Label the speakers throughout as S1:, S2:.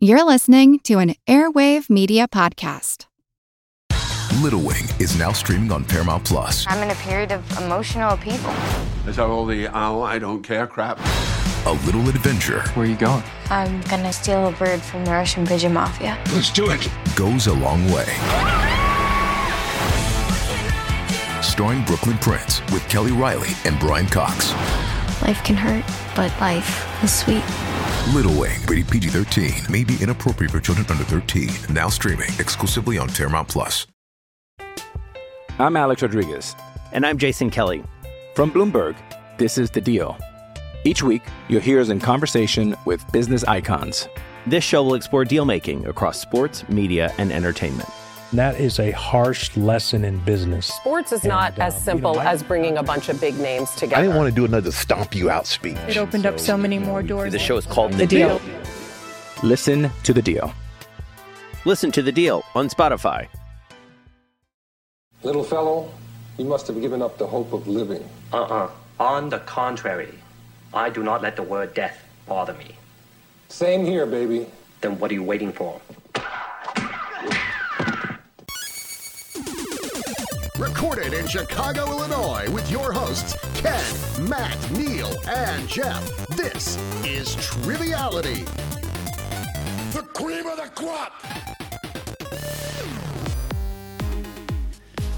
S1: You're listening to an Airwave Media Podcast.
S2: Little Wing is now streaming on Paramount Plus.
S3: I'm in a period of emotional upheaval.
S4: I saw all the oh, I don't care crap.
S2: A little adventure
S5: Where are you going?
S3: I'm gonna steal a bird from the Russian pigeon mafia.
S4: Let's do it.
S2: goes a long way. Starring Brooklyn Prince with Kelly Riley and Brian Cox.
S3: Life can hurt, but life is sweet.
S2: Little Wing, rated PG 13, may be inappropriate for children under 13. Now streaming exclusively on Paramount Plus.
S6: I'm Alex Rodriguez.
S7: And I'm Jason Kelly.
S6: From Bloomberg, this is The Deal. Each week, you'll hear us in conversation with business icons.
S7: This show will explore deal making across sports, media, and entertainment.
S8: That is a harsh lesson in business.
S9: Sports is not
S8: And, uh,
S9: as simple
S8: you know, I-
S9: as bringing a bunch of big names together.
S10: I didn't want to do another stomp you out speech.
S11: It opened up so many more doors.
S7: The show is called The,
S11: The Deal.
S6: Listen to The Deal.
S7: Listen to The Deal on Spotify.
S12: Little fellow, you must have given up the hope of living.
S13: Uh-uh. On the contrary, I do not let the word death bother me.
S12: Same here, baby.
S13: Then what are you waiting for?
S14: Recorded in Chicago, Illinois, with your hosts, Ken, Matt, Neil, and Jeff. This is Triviality. The cream of the crop!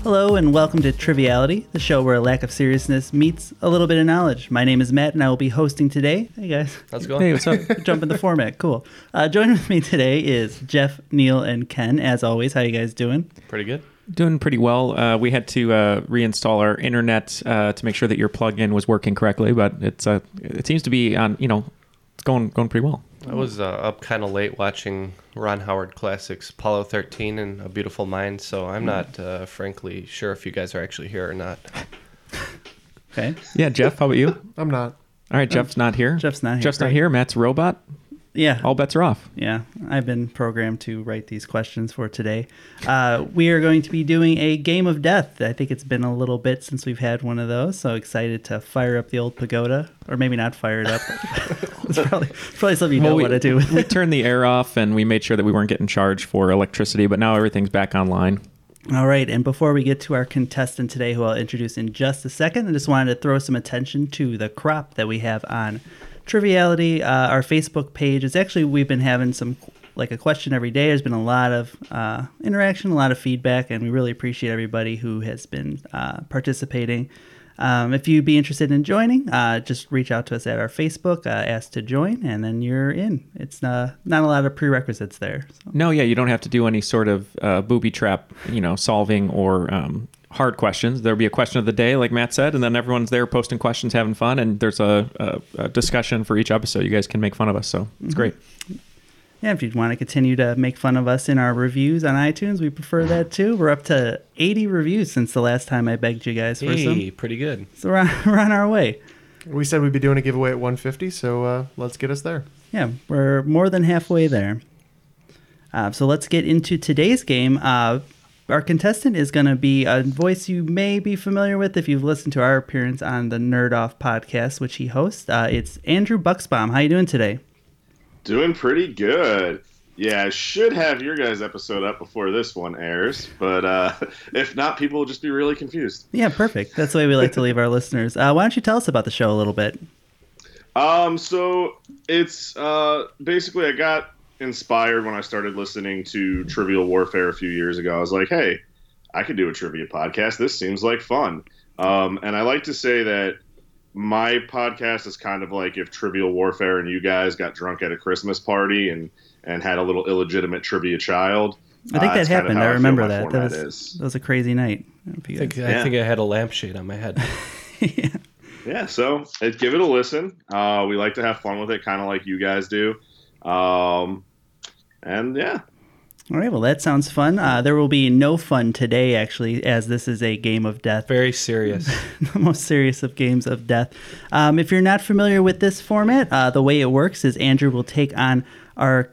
S15: Hello and welcome to Triviality, the show where a lack of seriousness meets a little bit of knowledge. My name is Matt and I will be hosting today. Hey guys.
S16: How's it going?
S15: Hey, what's up? Jumping the format. Cool. Uh, joining with me today is Jeff, Neil, and Ken. As always, how you guys doing?
S16: Pretty good.
S17: Doing pretty well. Uh, we had to uh, reinstall our internet uh, to make sure that your plug-in was working correctly, but it's uh, it seems to be on. You know, it's going going pretty well.
S16: I was uh, up kind of late watching Ron Howard classics, Apollo 13 and A Beautiful Mind, so I'm not, uh, frankly, sure if you guys are actually here or not.
S15: Okay.
S17: Yeah, Jeff, how about you?
S16: I'm not.
S17: All right, Jeff's not here.
S15: Jeff's not here,
S17: Jeff's not
S15: right.
S17: here. Matt's a robot.
S15: Yeah.
S17: All bets are off.
S15: Yeah, I've been programmed to write these questions for today. Uh, we are going to be doing a game of death. I think it's been a little bit since we've had one of those, so excited to fire up the old pagoda, or maybe not fire it up. it's probably, probably something you know
S17: we,
S15: what to do. with
S17: we turned the air off and we made sure that we weren't getting charged for electricity, but now everything's back online.
S15: All right, and before we get to our contestant today, who I'll introduce in just a second, I just wanted to throw some attention to the crop that we have on Triviality. Uh, our Facebook page is actually we've been having some like a question every day. There's been a lot of uh, interaction, a lot of feedback, and we really appreciate everybody who has been uh, participating. Um, if you'd be interested in joining, uh, just reach out to us at our Facebook, uh, ask to join, and then you're in. It's uh, not a lot of prerequisites there.
S17: No, yeah, you don't have to do any sort of uh, booby trap, you know, solving or um, hard questions. There'll be a question of the day, like Matt said, and then everyone's there posting questions, having fun, and there's a, a, a discussion for each episode. You guys can make fun of us, so it's
S15: Mm-hmm.
S17: great.
S15: Yeah, if you'd want to continue to make fun of us in our reviews on iTunes, we prefer that too. We're up to 80 reviews since the last time I begged you guys for
S16: Hey,
S15: some.
S16: pretty good.
S15: So we're on, we're on our way.
S18: We said we'd be doing a giveaway at 150, so uh, let's get us there.
S15: Yeah, we're more than halfway there. Uh, so let's get into today's game. Uh, our contestant is going to be a voice you may be familiar with if you've listened to our appearance on the Nerd Off podcast, which he hosts. Uh, it's Andrew Bucksbaum. How you doing today?
S19: Doing pretty good. Yeah, I should have your guys' episode up before this one airs, but uh, if not, people will just be really confused.
S15: Yeah, perfect. That's the way we like to leave our listeners. Uh, why don't you tell us about the show a little bit?
S19: Um, so it's uh, basically I got inspired when I started listening to Trivial Warfare a few years ago. I was like, hey, I could do a trivia podcast. This seems like fun. Um, and I like to say that my podcast is kind of like if Trivial Warfare and you guys got drunk at a Christmas party and and had a little illegitimate trivia child.
S15: I think
S19: Uh,
S15: that
S19: that's kind of
S15: happened.
S19: how
S15: I
S19: feel
S15: remember
S19: my
S15: that. That
S19: format
S15: was,
S19: is.
S15: that was a crazy night. I don't know if
S16: I
S15: you
S16: think,
S15: guys-
S16: I, think I had a lampshade on my head.
S19: Yeah, so it, give it a listen. Uh, we like to have fun with it, kind of like you guys do. Um, and yeah,
S15: All right. Well, that sounds fun. Uh, there will be no fun today, actually, as this is a game of death.
S16: Very serious.
S15: the most serious of games of death. Um, if you're not familiar with this format, uh, the way it works is Andrew will take on our,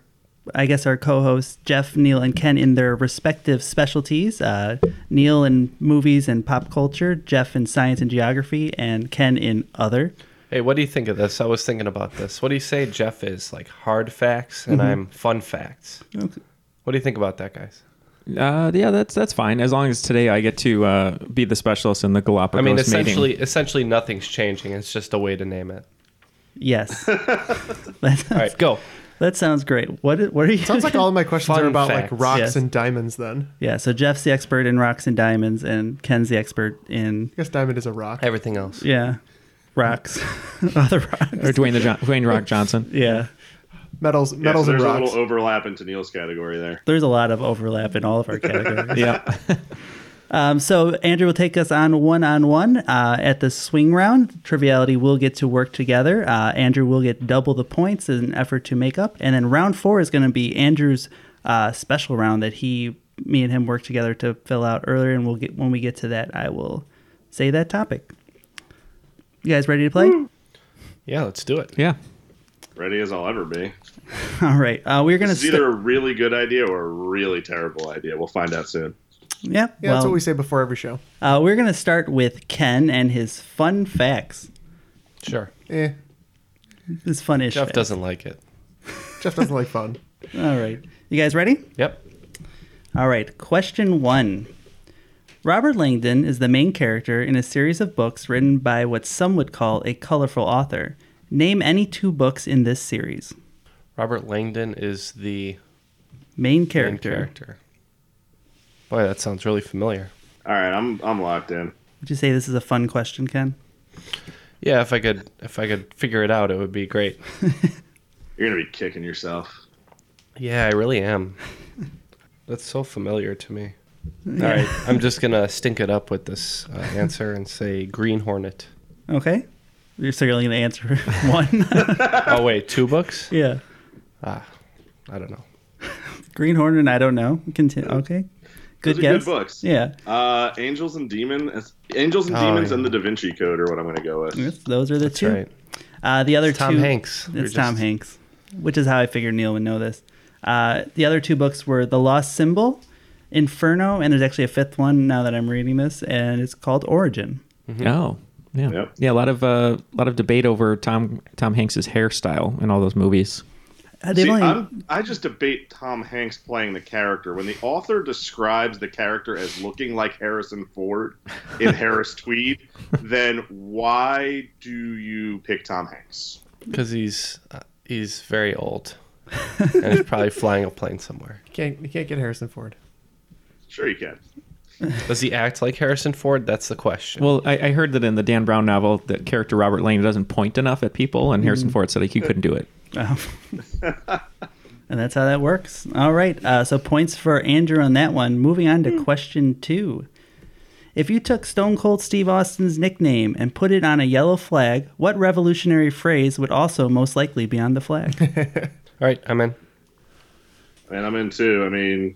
S15: I guess, our co-hosts Jeff, Neil, and Ken in their respective specialties. Uh, Neil in movies and pop culture, Jeff in science and geography, and Ken in other.
S16: Hey, what do you think of this? I was thinking about this. What do you say Jeff is like hard facts and
S17: Mhm.
S16: I'm fun facts?
S17: Okay.
S16: What do you think about that, guys?
S17: Uh, yeah, that's that's fine as long as today I get to uh, be the specialist in the Galapagos
S16: I mean,
S17: mating.
S16: essentially, essentially nothing's changing. It's just a way to name it.
S15: Yes. That sounds, All right,
S16: go.
S15: That sounds great. What i- what are you?
S18: Sounds like all my questions
S15: Fun
S18: are about
S15: facts.
S18: like rocks
S15: Yes.
S18: and diamonds. Then
S15: Yeah, so Jeff's the expert in rocks and diamonds, and Ken's the expert in
S18: I guess diamond is a rock.
S16: Everything else.
S15: yeah, rocks, other rocks,
S17: or Dwayne the John- Dwayne Rock Johnson.
S15: Yeah,
S18: Metals,
S19: Yeah, so
S18: metals, and
S19: there's a
S18: rocks.
S19: little overlap into Neil's category there.
S15: there's a lot of overlap in all of our categories.
S17: yeah.
S15: Um, so Andrew will take us on one on one uh, at the swing round. Triviality will get to work together. Uh, Andrew will get double the points in an effort to make up, and then round four is going to be Andrew's uh, special round that he, me, and him worked together to fill out earlier. And we'll get when we get to that, I will say that topic. You guys ready to play?
S16: Yeah, let's do it.
S17: Yeah.
S19: Ready as I'll ever be.
S15: All right, uh, we're going to
S19: This is either a really good idea or a really terrible idea. We'll find out soon.
S15: Yeah,
S18: Yeah, that's
S15: well-
S18: what we say before every show.
S15: Uh, we're going to start with Ken and his fun facts.
S16: Sure.
S18: Eh,
S15: His fun ish.
S16: Jeff doesn't like it.
S18: Jeff doesn't like fun.
S15: All right. You guys ready?
S16: Yep.
S15: All right. Question one Robert Langdon is the main character in a series of books written by what some would call a colorful author. Name any two books in this series.
S16: Robert Langdon is the
S15: Main
S16: main
S15: character.
S16: character. Boy, that sounds really familiar.
S19: All right, I'm I'm locked in.
S15: Would you say this is a fun question, Ken?
S16: Yeah, if I could, if I could figure it out, it would be great.
S19: You're gonna be kicking yourself.
S16: Yeah, I really am. That's so familiar to me.
S15: Yeah.
S16: All right, I'm just gonna stink it up with this uh, answer and say Green Hornet.
S15: Okay. You're so you're only going to answer one.
S16: oh wait, two books?
S15: yeah.
S16: Ah, I don't know.
S15: Greenhorn and I don't know. Continue. Okay. Good
S19: Those are good
S15: guess.
S19: books.
S15: Yeah.
S19: Uh, Angels and Demons, Angels and
S15: Oh,
S19: Demons,
S15: yeah.
S19: and The Da Vinci Code are what I'm gonna go with.
S15: Yes, those are the two. Uh, the other
S16: It's Tom
S15: two,
S16: Hanks. We were
S15: It's Tom
S16: just-
S15: Hanks, which is how I figured Neil would know this. Uh, the other two books were The Lost Symbol, Inferno, and there's actually a fifth one now that I'm reading this, and it's called Origin.
S17: Oh, yeah, yeah. A lot of uh, a lot of debate over Tom Tom Hanks's hairstyle in all those movies.
S15: Uh,
S19: See,
S15: they've only-
S19: I'm, I just debate Tom Hanks playing the character. When the author describes the character as looking like Harrison Ford in Harris Tweed, then why do you pick Tom Hanks?
S16: Because he's uh, he's very old, and he's probably flying a plane somewhere.
S18: You can't you can't get Harrison Ford.
S19: Sure, you can.
S16: Does he act like Harrison Ford? That's the question.
S17: Well, I, I heard that in the Dan Brown novel, the character Robert Lane doesn't point enough at people, and Harrison
S15: Mm.
S17: Ford said like he couldn't do it.
S15: Oh. and that's how that works. All right. Uh, so points for Andrew on that one. Moving on to question two. If you took Stone Cold Steve Austin's nickname and put it on a yellow flag, what revolutionary phrase would also most likely be on the flag?
S16: All right, I'm in.
S19: And I'm in too. I mean,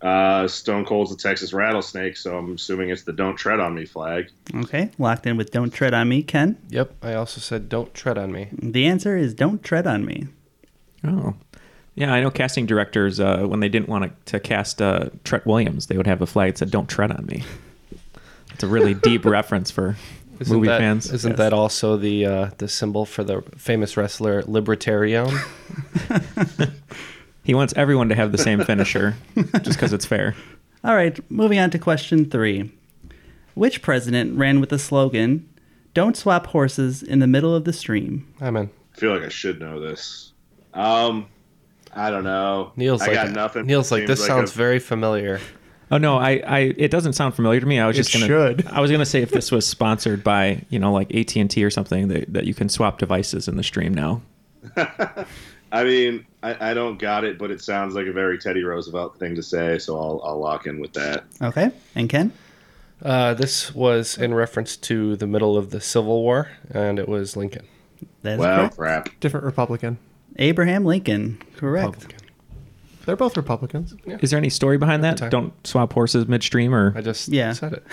S19: uh, Stone Cold's a Texas rattlesnake, so I'm assuming it's the "Don't Tread on Me" flag.
S15: okay. Locked in with Don't Tread on Me, Ken.
S16: Yep. I also said don't tread on me.
S15: The answer is Don't Tread on Me.
S17: Oh, yeah. I know casting directors uh, when they didn't want to, to cast uh, Tret Williams, they would have a flag that said "Don't tread on me." It's a really deep reference for
S16: Isn't
S17: movie
S16: that,
S17: fans.
S16: Isn't that also the uh, the symbol for the famous wrestler Libertarian?
S17: He wants everyone to have the same finisher, just because it's fair.
S15: All right, moving on to question three. Which president ran with the slogan, Don't swap horses in the middle of the stream?
S16: I'm in.
S19: I feel like I should know this. Um, I don't know.
S16: Neil's
S19: I
S16: like
S19: got nothing.
S16: Neil's like
S19: Seems
S16: this
S19: like
S16: sounds
S19: a-
S16: very familiar.
S17: Oh no, I, I it doesn't sound familiar to me. I was
S16: It
S17: just gonna
S16: should.
S17: I was gonna say if this was sponsored by you know like AT and T or something that, that you can swap devices in the stream now.
S19: I mean, I, I don't got it, but it sounds like a very Teddy Roosevelt thing to say, so I'll, I'll lock in with that.
S15: Okay, and Ken?
S16: Uh, this was in reference to the middle of the Civil War, and it was Lincoln.
S15: That is Well, correct.
S19: crap.
S18: Different Republican.
S15: Abraham Lincoln, correct.
S18: They're both Republicans.
S17: Is there any story behind that? Don't swap horses midstream or
S16: I just
S15: Yeah.
S16: said it.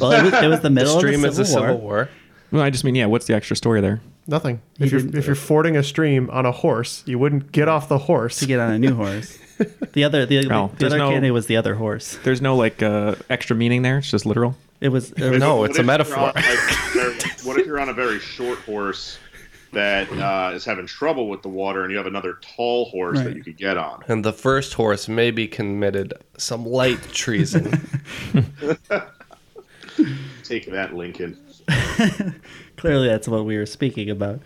S15: Well, it was, it was the middle
S16: stream
S15: of
S16: is
S15: the
S16: the
S15: Civil,
S16: Civil
S15: War.
S16: War.
S17: Well, I just mean yeah. What's the extra story there?
S18: Nothing.
S15: He
S18: if you're
S15: didn't-
S18: if you're fording a stream on a horse, you wouldn't get off the horse to
S15: get on a new horse. The other, the,
S17: Oh,
S15: the
S17: there's
S15: other
S17: no-
S15: candidate was the other horse.
S17: There's no like uh, extra meaning there. It's just literal.
S15: It was
S17: No, it's a
S19: What if
S17: metaphor.
S19: you're on, like, their what if you're on a very short horse that uh, is having trouble with the water, and you have another tall horse
S16: Right.
S19: that you could get on?
S16: And the first horse maybe committed some light treason.
S19: Take that, Lincoln.
S15: Clearly, that's what we were speaking about.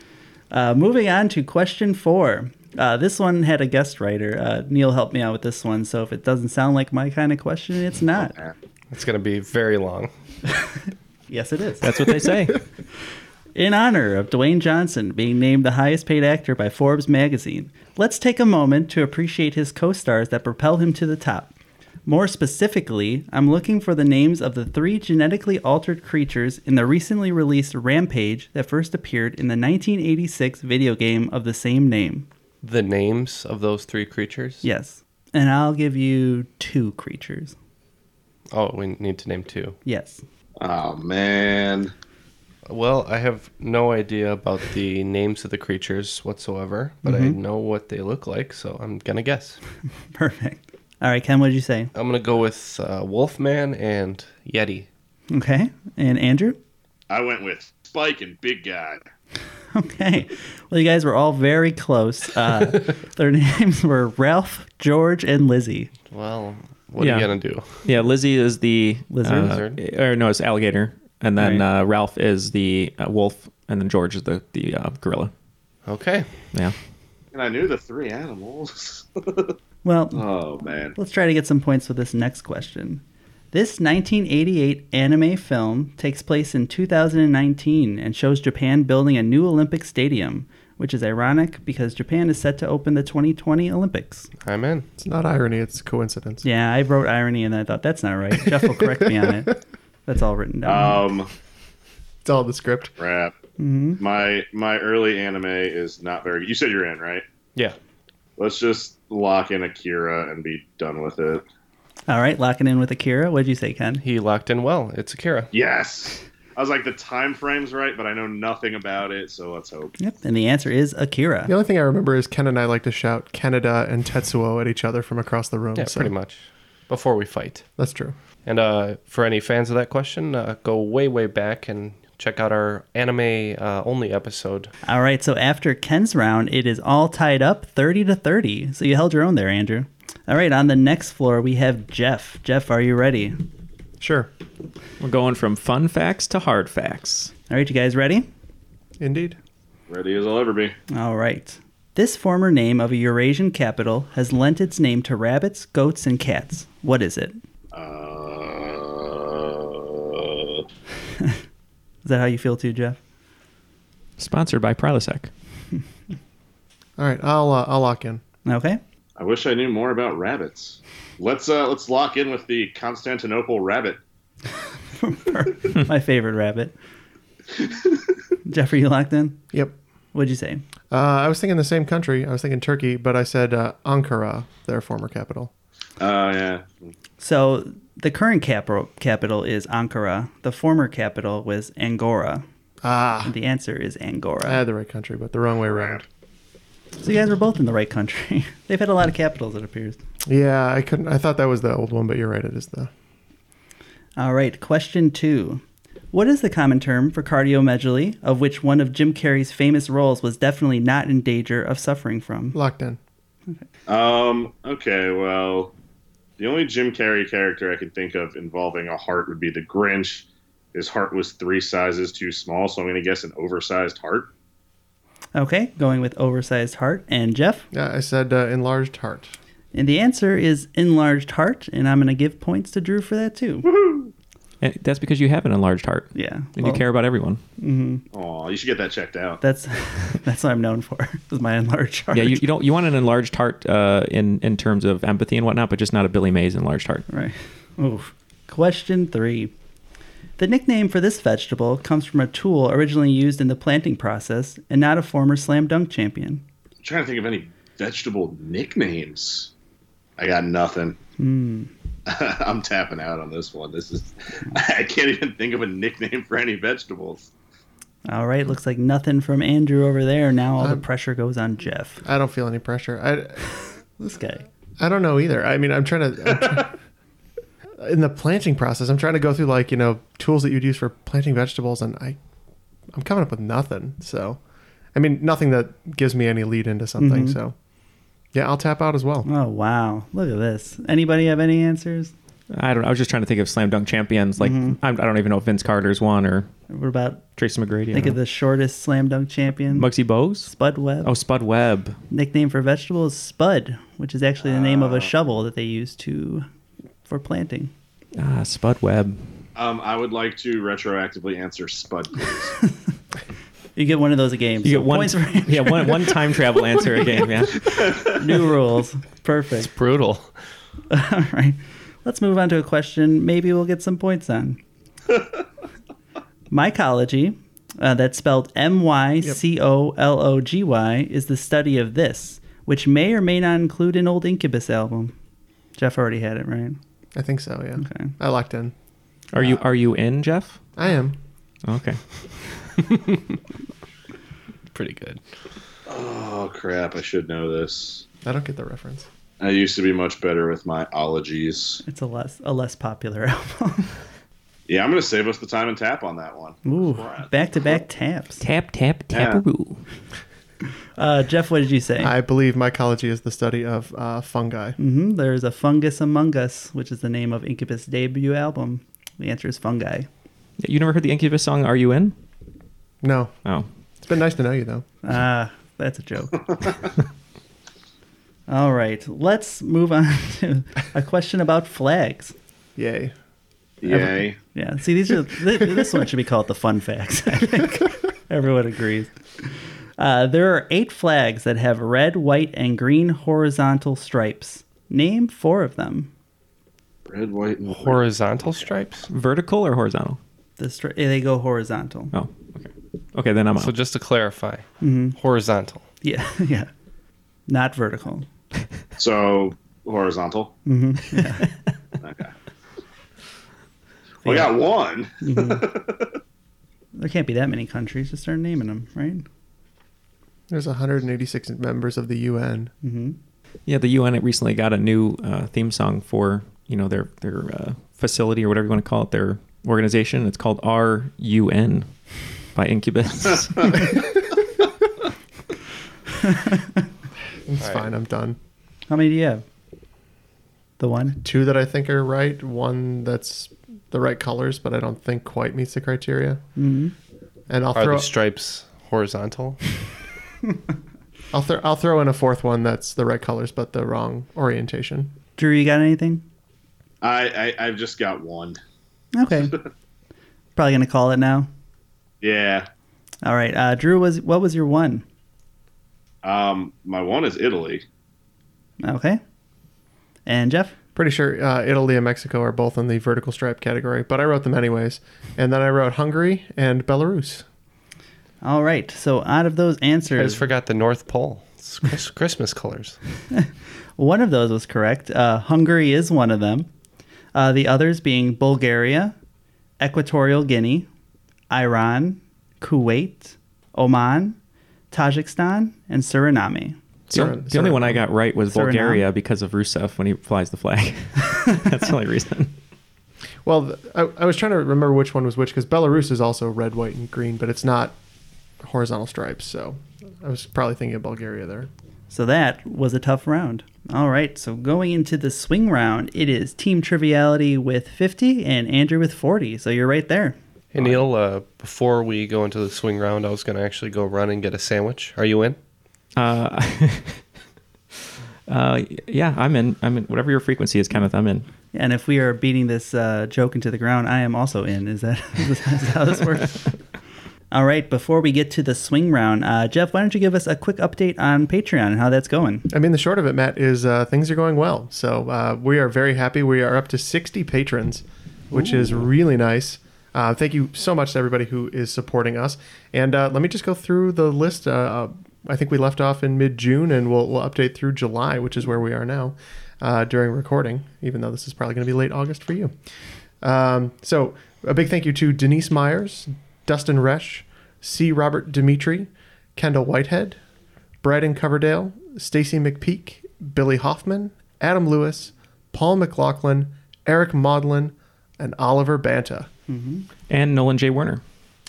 S15: Uh, moving on to question four. Uh, this one had a guest writer. Uh, Neil helped me out with this one, so if it doesn't sound like my kind of question, it's not.
S16: It's going to be very long.
S15: Yes, it is.
S16: That's what they say.
S15: In honor of Dwayne Johnson being named the highest paid actor by Forbes magazine, let's take a moment to appreciate his co stars that propel him to the top. More specifically, I'm looking for the names of the three genetically altered creatures in the recently released Rampage that first appeared in the 1986 video game of the same name.
S16: The names of those three creatures?
S15: Yes. And I'll give you two creatures.
S16: Oh, we need to name two.
S15: Yes.
S19: Oh man.
S16: Well, I have no idea about the names of the creatures whatsoever, but I
S15: Mhm.
S16: know what they look like, so I'm gonna guess.
S15: Perfect. All right, Ken, what did you say?
S16: I'm gonna go with uh, Wolfman and Yeti.
S15: Okay. And Andrew?
S19: I went with Spike and Big Guy.
S15: Okay. Well, you guys were all very close. Uh, their names were Ralph, George, and Lizzie.
S16: Well, what are you gonna do?
S17: Yeah, Lizzie is the
S15: Lizard?
S17: uh,
S15: Lizard.
S17: or no, it's alligator, and then uh, Ralph is the uh, wolf, and then George is the the uh, gorilla.
S16: Okay.
S17: Yeah.
S19: And I knew the three animals.
S15: Well,
S19: oh man.
S15: Let's try to get some points with this next question. This 1988 anime film takes place in 2019 and shows Japan building a new Olympic stadium, which is ironic because Japan is set to open the 2020 Olympics.
S16: I'm in.
S18: It's not irony, it's coincidence.
S15: Yeah, I wrote irony and I thought that's not right. Jeff will correct me on it. That's all written down.
S19: Um,
S18: it's all the script. Mm-hmm.
S19: Crap.
S15: Mhm.
S19: My my early anime is not very. You said you're in, right?
S16: Yeah.
S19: Let's just lock in Akira and be done with it.
S15: all right, locking in with Akira. What'd you say, Ken?
S16: He locked in well. It's Akira.
S19: Yes. I was like the time frame's right, but I know nothing about it, so let's hope.
S15: Yep. And the answer is Akira.
S18: The only thing I remember is Ken and I like to shout Canada and Tetsuo at each other from across the room.
S16: Yeah,
S18: so
S16: pretty much. Before we fight.
S18: That's true.
S16: And uh, for any fans of that question, uh, go way way back and check out our anime uh, only episode.
S15: All right, so after Ken's round, it is all tied up 30 to 30. So you held your own there, Andrew. All right, on the next floor, we have Jeff. Jeff, are you ready?
S18: Sure.
S17: We're going from fun facts to hard facts.
S15: All right, you guys ready?
S18: Indeed.
S19: Ready as I'll ever be.
S15: All right. This former name of a Eurasian capital has lent its name to rabbits, goats, and cats. What is it?
S19: Uh,
S15: Is that how you feel too, Jeff?
S17: Sponsored by Prilosec.
S18: All right, I'll uh, I'll lock in.
S15: Okay.
S19: I wish I knew more about rabbits. Let's uh, let's lock in with the Constantinople rabbit.
S15: My favorite rabbit. Jeff, are you locked in?
S18: Yep.
S15: What'd you say?
S18: Uh, I was thinking the same country. I was thinking Turkey, but I said uh, Ankara, their former capital.
S19: Oh yeah.
S15: So the current capital capital is Ankara. The former capital was Angora.
S18: Ah. Uh,
S15: the answer is Angora.
S18: I had the right country, but the wrong way around.
S15: So you guys were both in the right country. They've had a lot of capitals, it appears.
S18: Yeah, I couldn't. I thought that was the old one, but you're right. It is the.
S15: All right, question two. What is the common term for cardiomegaly, of which one of Jim Carrey's famous roles was definitely not in danger of suffering from?
S18: Locked in.
S19: Um. Okay. Well, the only Jim Carrey character I can think of involving a heart would be the Grinch. His heart was three sizes too small, so I'm gonna guess an oversized heart.
S15: Okay, going with oversized heart. And Jeff?
S18: Yeah, I said uh, enlarged heart.
S15: And the answer is enlarged heart, and I'm going to give points to Drew for that too.
S17: And that's because you have an enlarged heart.
S15: Yeah,
S17: And
S15: well-
S17: you care about everyone.
S15: hmm
S19: Oh, you should get that checked out.
S15: That's that's what I'm known for. Is my enlarged heart.
S17: Yeah, you, you don't you want an enlarged heart uh, in in terms of empathy and whatnot, but just not a Billy Mays enlarged heart.
S15: Right. Oof. Question three. The nickname for this vegetable comes from a tool originally used in the planting process and not a former slam dunk champion.
S19: I'm trying to think of any vegetable nicknames. I got nothing.
S15: Hmm.
S19: I'm tapping out on this one. This is I can't even think of a nickname for any vegetables.
S15: All right, looks like nothing from Andrew over there. Now all
S18: I'm-
S15: the pressure goes on Jeff.
S18: I don't feel any pressure. I
S15: This guy.
S18: I don't know either. I mean, I'm trying to. I'm try- in the planting process, I'm trying to go through like you know tools that you'd use for planting vegetables, and I I'm coming up with nothing. So, I mean, nothing that gives me any lead into something.
S15: Mhm.
S18: So, yeah, I'll tap out as well.
S15: Oh wow! Look at this. Anybody have any answers?
S17: I don't. know. I was just trying to think of slam dunk champions. Like
S15: Mhm.
S17: I'm- I don't even know if Vince Carter's one or
S15: what about
S17: Tracy McGrady. I
S15: Think
S17: don't
S15: of the shortest slam dunk champion.
S17: Muggsy Bogues?
S15: Spud Webb.
S17: know. oh Spud Webb.
S15: Nickname for vegetable is spud, which is actually the name of a shovel that they use to for planting.
S17: Ah, Spud Webb.
S19: Um, I would like to retroactively answer Spud. please.
S15: You get one of those a game.
S17: You
S15: so
S17: get one-
S15: points for
S17: yeah, one- one time travel answer a game, yeah.
S15: New rules. Perfect. It's
S16: brutal.
S15: All right. Let's move on to a question maybe we'll get some points on. Mycology, uh, that's spelled M Y C O L O G Y, is the study of this, which may or may not include an old Incubus album. Jeff already had it, right?
S18: I think so. Yeah.
S15: Okay.
S18: I locked in.
S17: Are you are you in Jeff?
S18: I am.
S17: Okay.
S16: Pretty good.
S19: oh crap! I should know this.
S18: I don't get the reference.
S19: I used to be much better with my ologies.
S15: It's a less a less popular album.
S19: Yeah, I'm gonna save us the time and tap on that one.
S15: Ooh, back to back taps.
S17: Tap tap
S19: Yeah.
S17: taparoo.
S15: Uh, Jeff, what did you say?
S18: I believe mycology is the study of uh, fungi.
S15: hmm There's a fungus among us, which is the name of Incubus' debut album. The answer is fungi.
S17: You never heard the Incubus song "Are You In"?
S18: No.
S17: Oh,
S18: It's been nice to know you though.
S15: Ah, that's a joke. All right, let's move on to a question about flags.
S18: Yay.
S19: Yay.
S15: Yeah. See, these are th- this one should be called the fun facts. I think everyone agrees. Uh, there are eight flags that have red, white, and green horizontal stripes. Name four of them.
S19: Red, white, and
S16: horizontal stripes.
S17: vertical or horizontal?
S15: The stri- eh, they go horizontal.
S17: Oh, okay. Then I'm out.
S16: So just to clarify,
S15: Mhm.
S16: horizontal.
S15: Yeah, yeah. Not vertical.
S19: So horizontal.
S15: hmm
S19: Okay. We got one.
S15: There can't be that many countries. Just start naming them, right?
S18: There's 186 members of the UN.
S15: Mm-hmm.
S17: Yeah, the UN recently got a new uh, theme song for you know their their uh, facility or whatever you want to call it, their organization. It's called RUN by Incubus.
S18: It's fine. I'm done.
S15: How many do you have? The one.
S18: Two that I think are right. One that's the right colors, but I don't think quite meets the criteria.
S15: Mhm.
S18: And I'll
S16: Are
S18: throw
S16: the stripes horizontal?
S18: I'll, throw I'll throw in a fourth one that's the right colors but the wrong orientation.
S15: Drew, you got anything?
S19: I, I I've just got one.
S15: Okay. Probably gonna call it now.
S19: Yeah.
S15: All right. Uh, Drew was what was your one?
S19: Um, my one is Italy.
S15: Okay. And Jeff.
S18: Pretty sure uh, Italy and Mexico are both in the vertical stripe category, but I wrote them anyways. And then I wrote Hungary and Belarus.
S15: All right. So out of those
S16: I
S15: answers,
S16: just forgot the North Pole. It's Chris- Christmas colors.
S15: one of those was correct. Uh, Hungary is one of them. Uh, the others being Bulgaria, Equatorial Guinea, Iran, Kuwait, Oman, Tajikistan, and Suriname.
S17: the on- the only one I got right was
S15: Suriname.
S17: Bulgaria because of Rusev when he flies the flag. That's the only reason.
S18: Well, th- I, I was trying to remember which one was which because Belarus is also red, white, and green, but it's not horizontal stripes. So I was probably thinking of Bulgaria there.
S15: So that was a tough round. All right, so going into the swing round, it is Team Triviality with 50 and Andrew with 40. So you're right there.
S16: Hey Neil, uh, before we go into the swing round, I was going to actually go run and get a sandwich. Are you in?
S17: Uh, uh, yeah, I'm in. I'm in. Whatever your frequency is, Kenneth, I'm in.
S15: And if we are beating this uh, joke into the ground, I am also in. Is that, is that how this works? All right, before we get to the swing round, uh, Jeff, why don't you give us a quick update on Patreon and how that's going?
S18: I mean, the short of it, Matt, is uh, things are going well. So uh, we are very happy. We are up to 60 patrons, which is really nice. Uh, thank you so much to everybody who is supporting us. And uh, let me just go through the list. Uh, Uh, I think we left off in mid June, and we'll, we'll update through July, which is where we are now uh, during recording, even though this is probably going to be late August for you. Um, so a big thank you to Denise Myers, Dustin Resch, C. Robert Dimitri, Kendall Whitehead, Bryden Coverdale, Stacy McPeak, Billy Hoffman, Adam Lewis, Paul McLaughlin, Eric Maudlin, and Oliver Banta.
S17: And Nolan J. Werner.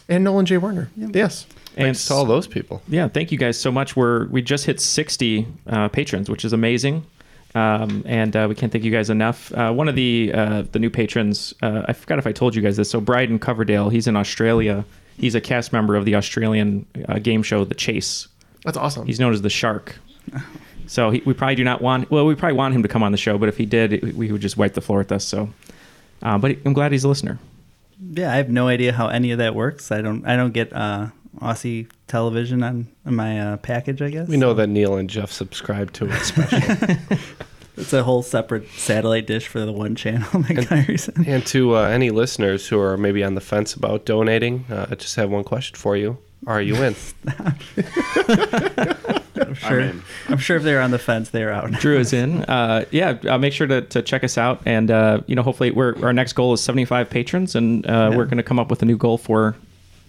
S18: and Nolan J. Werner. Yes.
S17: And
S16: to all those people.
S17: Yeah, thank you guys so much. We're we just hit 60 uh, patrons, which is amazing. Um, and uh, we can't thank you guys enough. Uh, one of the uh, the new patrons, uh, I forgot if I told you guys this. So Bryden Coverdale, he's in Australia. He's a cast member of the Australian uh, game show The Chase.
S18: That's awesome.
S17: He's known as the Shark. So he, we probably do not want. Well, we probably want him to come on the show, but if he did, we would just wipe the floor with us. So, uh, but I'm glad he's a listener.
S15: Yeah, I have no idea how any of that works. I don't. I don't get uh, Aussie television on my uh, package. I guess
S16: We know that Neil and Jeff subscribe to it special.
S15: it's a whole separate satellite dish for the one channel.
S16: and to uh, any listeners who are maybe on the fence about donating, uh, I just have one question for you. Are you in?
S15: I'm sure.
S16: in.
S15: I'm sure if they're on the fence, they're out.
S17: Drew is in. Uh, yeah, uh, make sure to, to check us out, and uh, you know, hopefully, we're, our next goal is 75 patrons, and uh,
S15: Yeah.
S17: we're going to come up with a new goal for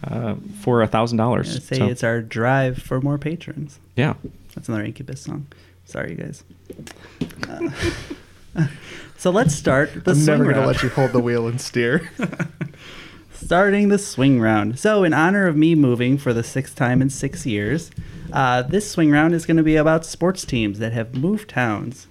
S17: uh, for a thousand
S15: I
S17: dollars.
S15: say it's our drive for more patrons.
S17: Yeah.
S15: That's another Incubus song. Sorry, you guys. Uh, so let's start the
S18: I'm
S15: swing
S18: never going to
S15: round.
S18: let you hold the wheel and steer.
S15: Starting the swing round. So, in honor of me moving for the sixth time in six years, uh, this swing round is going to be about sports teams that have moved towns.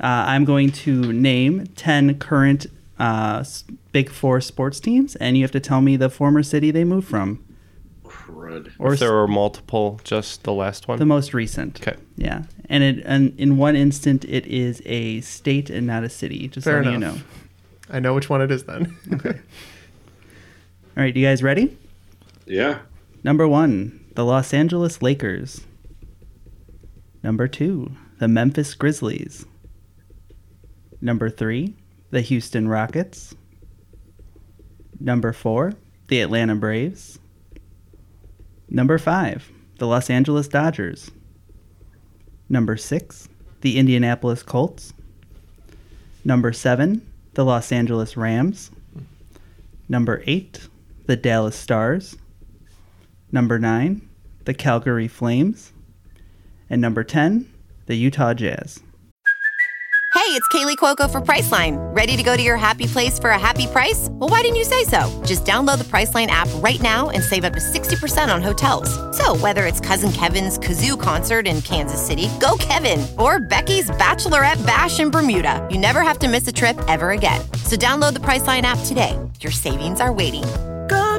S15: Uh, I'm going to name 10 current uh, s- Big Four sports teams, and you have to tell me the former city they moved from. Or
S16: Or if there were multiple, just the last one?
S15: The most recent.
S16: Okay.
S15: Yeah. And, it, and in one instant, it is a state and not a city, just
S18: Fair
S15: so
S18: enough.
S15: you know.
S18: I know which one it is then. Okay.
S15: All right, you guys ready?
S19: Yeah.
S15: Number one, the Los Angeles Lakers. Number two, the Memphis Grizzlies. Number three, the Houston Rockets. Number four, the Atlanta Braves. Number five, the Los Angeles Dodgers. Number six, the Indianapolis Colts. Number seven, the Los Angeles Rams. Number eight, the Dallas Stars. Number nine, the Calgary Flames. And number 10, the Utah Jazz.
S5: Hey, it's Kaylee Cuoco for Priceline. Ready to go to your happy place for a happy price? Well, why didn't you say so? Just download the Priceline app right now and save up to 60% on hotels. So, whether it's Cousin Kevin's Kazoo concert in Kansas City, go Kevin, or Becky's Bachelorette Bash in Bermuda, you never have to miss a trip ever again. So, download the Priceline app today. Your savings are waiting.
S20: Go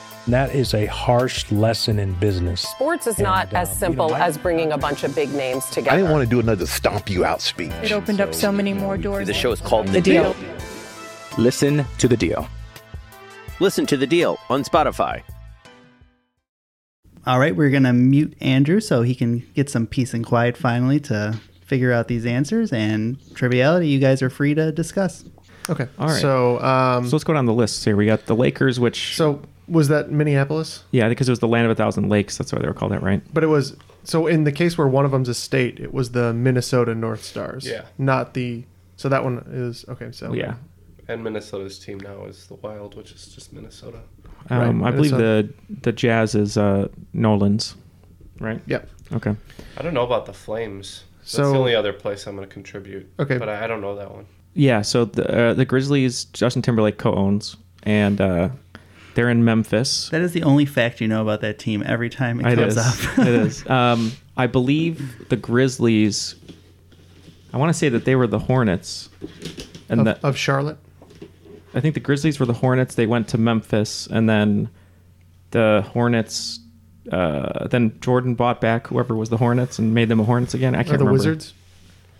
S8: And that is a harsh lesson in business.
S9: Sports is not as simple as bringing a bunch of big names
S10: I
S9: together.
S10: didn't want to do another stomp you out speech.
S11: It opened up so many more doors.
S10: The show
S11: is
S10: called
S11: The Deal.
S6: Listen to The Deal.
S7: Listen to the deal on Spotify.
S15: All right, we're going to mute Andrew so he can get some peace and quiet finally to figure out these answers and triviality you guys are free to discuss.
S18: Okay.
S17: All right.
S18: So, um,
S17: so let's go down the list here. We got the Lakers, which
S18: so was that Minneapolis?
S17: yeah, because it was the land of a thousand lakes. That's why they were called that, right?
S18: But it was so in the case where one of them's a state, it was the Minnesota North Stars.
S16: Yeah.
S18: Not the. So that one is okay. So
S16: And Minnesota's team now is the Wild, which is just Minnesota.
S17: Um,
S18: Right,
S17: I believe
S18: Minnesota.
S17: the the Jazz is uh, Nolan's, right?
S18: Yep.
S17: Okay.
S16: I don't know about the Flames. That's
S18: So-
S16: the only other place I'm going to contribute.
S18: Okay.
S16: But I, I don't know that one.
S17: Yeah, so the uh, the Grizzlies, Justin Timberlake co-owns, and uh, they're in Memphis.
S15: That is the only fact you know about that team every time it, comes
S17: is.
S15: up.
S17: it is. Um, I believe the Grizzlies. I want to say that they were the Hornets, and
S18: of,
S17: that
S18: of Charlotte.
S17: I think the Grizzlies were the Hornets. They went to Memphis, and then the Hornets. Uh, then Jordan bought back whoever was the Hornets and made them a Hornets again. I can't
S18: Or the
S17: remember.
S18: Wizards.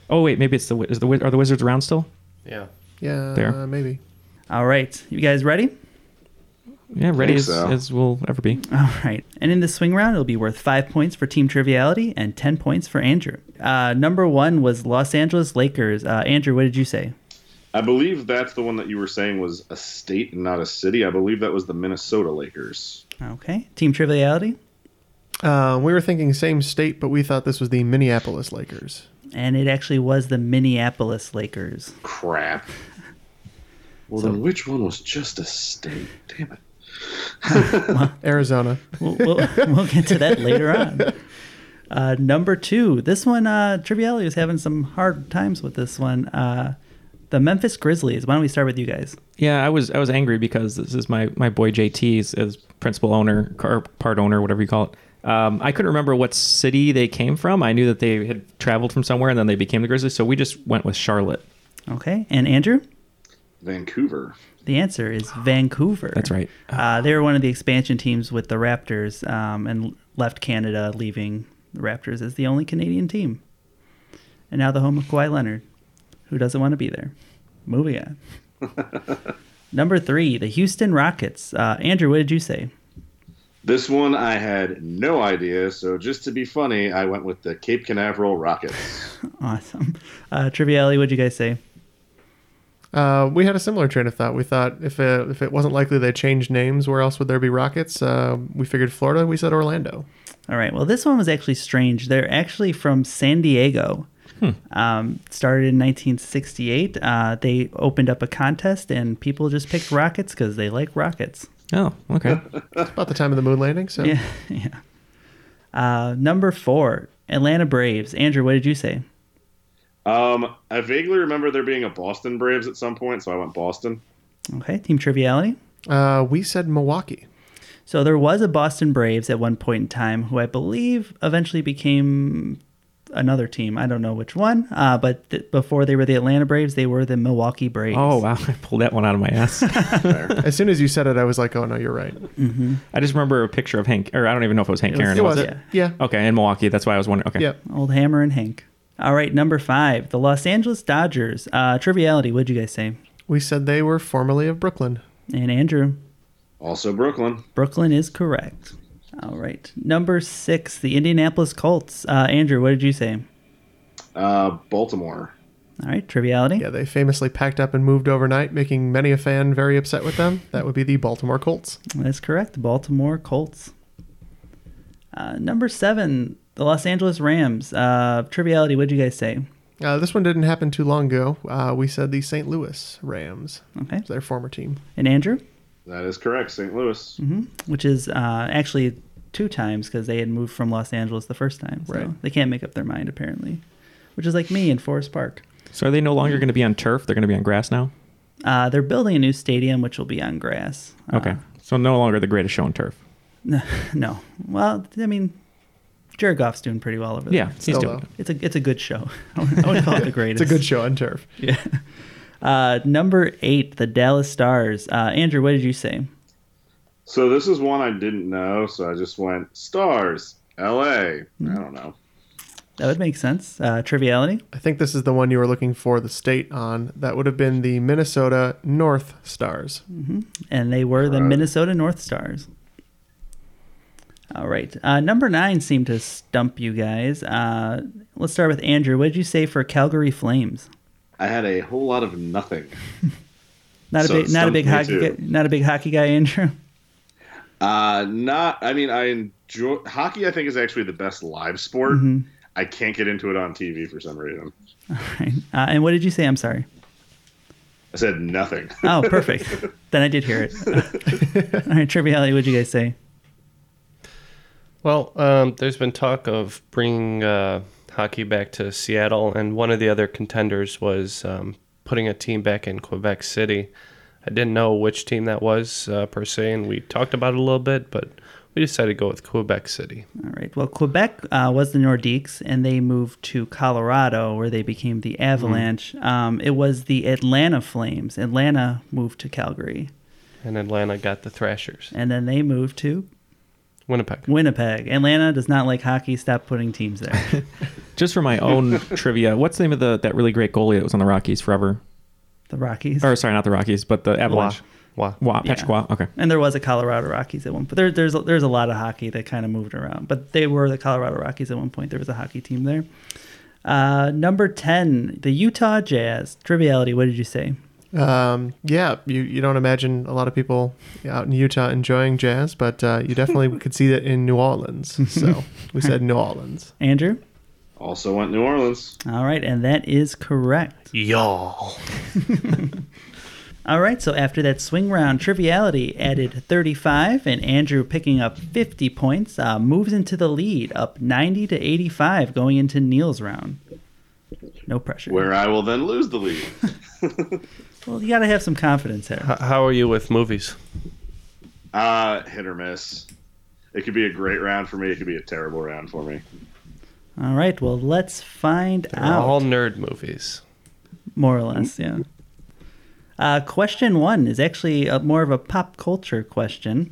S17: Oh wait, maybe it's the Wi- is the Wi- are the Wizards around still?
S16: Yeah.
S18: Yeah.
S17: There.
S18: Maybe.
S15: All right, you guys ready?
S17: Yeah, ready
S15: Think
S17: as,
S15: so.
S17: as we'll ever be.
S15: All right. And in the swing round, it'll be worth five points for team triviality and 10 points for Andrew. Uh, number one was Los Angeles Lakers. Uh, Andrew, what did you say?
S19: I believe that's the one that you were saying was a state and not a city. I believe that was the Minnesota Lakers.
S15: Okay. Team triviality?
S18: Uh, we were thinking same state, but we thought this was the Minneapolis Lakers.
S15: and it actually was the Minneapolis Lakers.
S19: Crap. Well,
S15: So-
S19: then which one was just a state? Damn it.
S18: Arizona.
S15: We'll, we'll, we'll get to that later on. Uh, number two, this one, uh, Triviality was having some hard times with this one. Uh, the Memphis Grizzlies. Why don't we start with you guys?
S17: Yeah, I was I was angry because this is my my boy JT's as principal owner or part owner, whatever you call it. Um, I couldn't remember what city they came from. I knew that they had traveled from somewhere and then they became the Grizzlies. So we just went with Charlotte.
S15: Okay, and Andrew.
S19: Vancouver.
S15: The answer is Vancouver.
S17: That's right.
S15: Uh, they were one of the expansion teams with the Raptors um, and left Canada, leaving the Raptors as the only Canadian team. And now the home of Kawhi Leonard, who doesn't want to be there. Moving on. Number three, the Houston Rockets. Uh, Andrew, what did you say?
S19: This one I had no idea, so just to be funny, I went with the Cape Canaveral Rockets.
S15: Awesome. Uh, Triviality, what did you guys say?
S18: Uh, we had a similar train of thought. We thought if uh if it wasn't likely they changed names, where else would there be rockets? Uh, we figured Florida. We said Orlando.
S15: All right. Well, this one was actually strange. They're actually from San Diego. Um, started in 1968. Uh, they opened up a contest, and people just picked rockets because they like rockets.
S17: Oh, okay.
S18: it's about the time of the moon landing. So
S15: Yeah, yeah. Uh, number four, Atlanta Braves. Andrew, what did you say?
S19: Um, I vaguely remember there being a Boston Braves at some point, so I went Boston.
S15: Okay, team triviality.
S18: Uh, we said Milwaukee.
S15: So there was a Boston Braves at one point in time, who I believe eventually became another team. I don't know which one, uh, but th- before they were the Atlanta Braves, they were the Milwaukee Braves.
S17: Oh wow, I pulled that one out of my ass.
S18: as soon as you said it, I was like, oh no, you're right.
S15: Mm-hmm.
S17: I just remember a picture of Hank, or I don't even know if it was Hank
S18: It was-
S17: Aaron.
S18: it was, yeah.
S17: Okay, in Milwaukee. That's why I was wondering. Okay.
S18: Yep.
S15: Old Hammer and Hank. All right, number five, the Los Angeles Dodgers. Uh, triviality, what'd you guys say?
S18: We said they were formerly of Brooklyn.
S15: And Andrew,
S19: Also Brooklyn.
S15: Brooklyn is correct. All right, number six, the Indianapolis Colts. Uh, Andrew, what did you say?
S19: Uh, Baltimore.
S15: All right, triviality.
S18: Yeah, they famously packed up and moved overnight, making many a fan very upset with them. That would be the Baltimore Colts.
S15: That's correct. The Baltimore Colts. Uh, number seven, the Los Angeles Rams. Uh, triviality, what'd you guys say?
S18: Uh, this one didn't happen too long ago. Uh, we said the St. Louis Rams.
S15: Okay.
S18: It's their former team.
S15: And Andrew,
S19: That is correct, St. Louis.
S15: hmm which is uh, actually two times because they had moved from Los Angeles the first time. So
S18: Right.
S15: they can't make up their mind, apparently, which is like me in Forest Park.
S17: So are they no longer going to be on turf? They're going to be on grass now.
S15: Uh, they're building a new stadium, which will be on grass. Uh,
S17: Okay. so no longer the greatest show on turf.
S15: No, no. Well, I mean, Jared Goff's doing pretty well over there.
S17: Yeah, he's Still, doing though.
S15: It's a it's a good show. I would I would call it the
S18: It's
S15: greatest.
S18: a good show on turf.
S15: Yeah. Uh, number eight, the Dallas Stars. Uh, Andrew, what did you say?
S19: So this is one I didn't know, so I just went Stars, L.A. I don't know.
S15: Hmm. That would make sense. Uh, triviality.
S18: I think this is the one you were looking for the state on. That would have been the Minnesota North Stars.
S15: hmm And they were the
S18: Correct.
S15: Minnesota North Stars. All right. Uh, number nine seemed to stump you guys. Uh, let's start with Andrew. What did you say for Calgary Flames?
S19: I had a whole lot of nothing.
S15: Not
S19: So
S15: a
S19: it
S15: big, not a
S19: stumped
S15: big
S19: me
S15: hockey,
S19: too.
S15: guy, not a big hockey guy, Andrew.
S19: Uh, not. I mean, I enjoy hockey. I think is actually the best live sport.
S15: Mhm.
S19: I can't get into it on TV for some reason.
S15: Uh, and what did you say? I'm sorry.
S19: I said nothing.
S15: Oh, perfect. then I did hear it. All right, triviality. What did you guys say?
S16: Well, um, there's been talk of bringing uh, hockey back to Seattle, and one of the other contenders was um, putting a team back in Quebec City. I didn't know which team that was uh, per se, and we talked about it a little bit, but we decided to go with Quebec City.
S15: All right. Well, Quebec uh, was the Nordiques, and they moved to Colorado, where they became
S19: Mm-hmm.
S15: the Avalanche. Um, it was the Atlanta Flames. Atlanta moved to Calgary,
S16: And Atlanta got the Thrashers.
S15: and then they moved to
S16: Winnipeg.
S15: Winnipeg. Atlanta does not like hockey. Stop putting teams there.
S17: Just for my own trivia, what's the name of the that really great goalie that was on the Rockies forever?
S15: the Rockies.
S17: Or sorry, not the Rockies, but the Avalanche.
S16: Wah.
S17: Wah. Patrick
S15: Yeah.
S17: Wah. Okay.
S15: And there was a Colorado Rockies at one point. There, there's there's a lot of hockey that kind of moved around, but they were the Colorado Rockies at one point. There was a hockey team there. Uh, number ten, the Utah Jazz. Triviality. What did you say?
S18: Um, yeah, you, you don't imagine a lot of people out in Utah enjoying jazz, but uh, you definitely could see that in New Orleans. So we said New Orleans.
S15: Andrew.
S19: Also went New Orleans.
S15: All right, and that is correct.
S16: Y'all.
S15: All right, so after that swing round, Triviality added 35, and Andrew picking up 50 points uh, moves into the lead, up 90 to 85 going into Neil's round. No pressure.
S19: Where I will then lose the lead.
S15: well, you got to have some confidence here.
S16: H- how are you with movies?
S19: Uh, hit or miss. It could be a great round for me, it could be a terrible round for me.
S15: All right, well, let's find
S16: They're
S15: out.
S16: All nerd movies.
S15: More or less, yeah. Uh, question one is actually a, more of a pop culture question.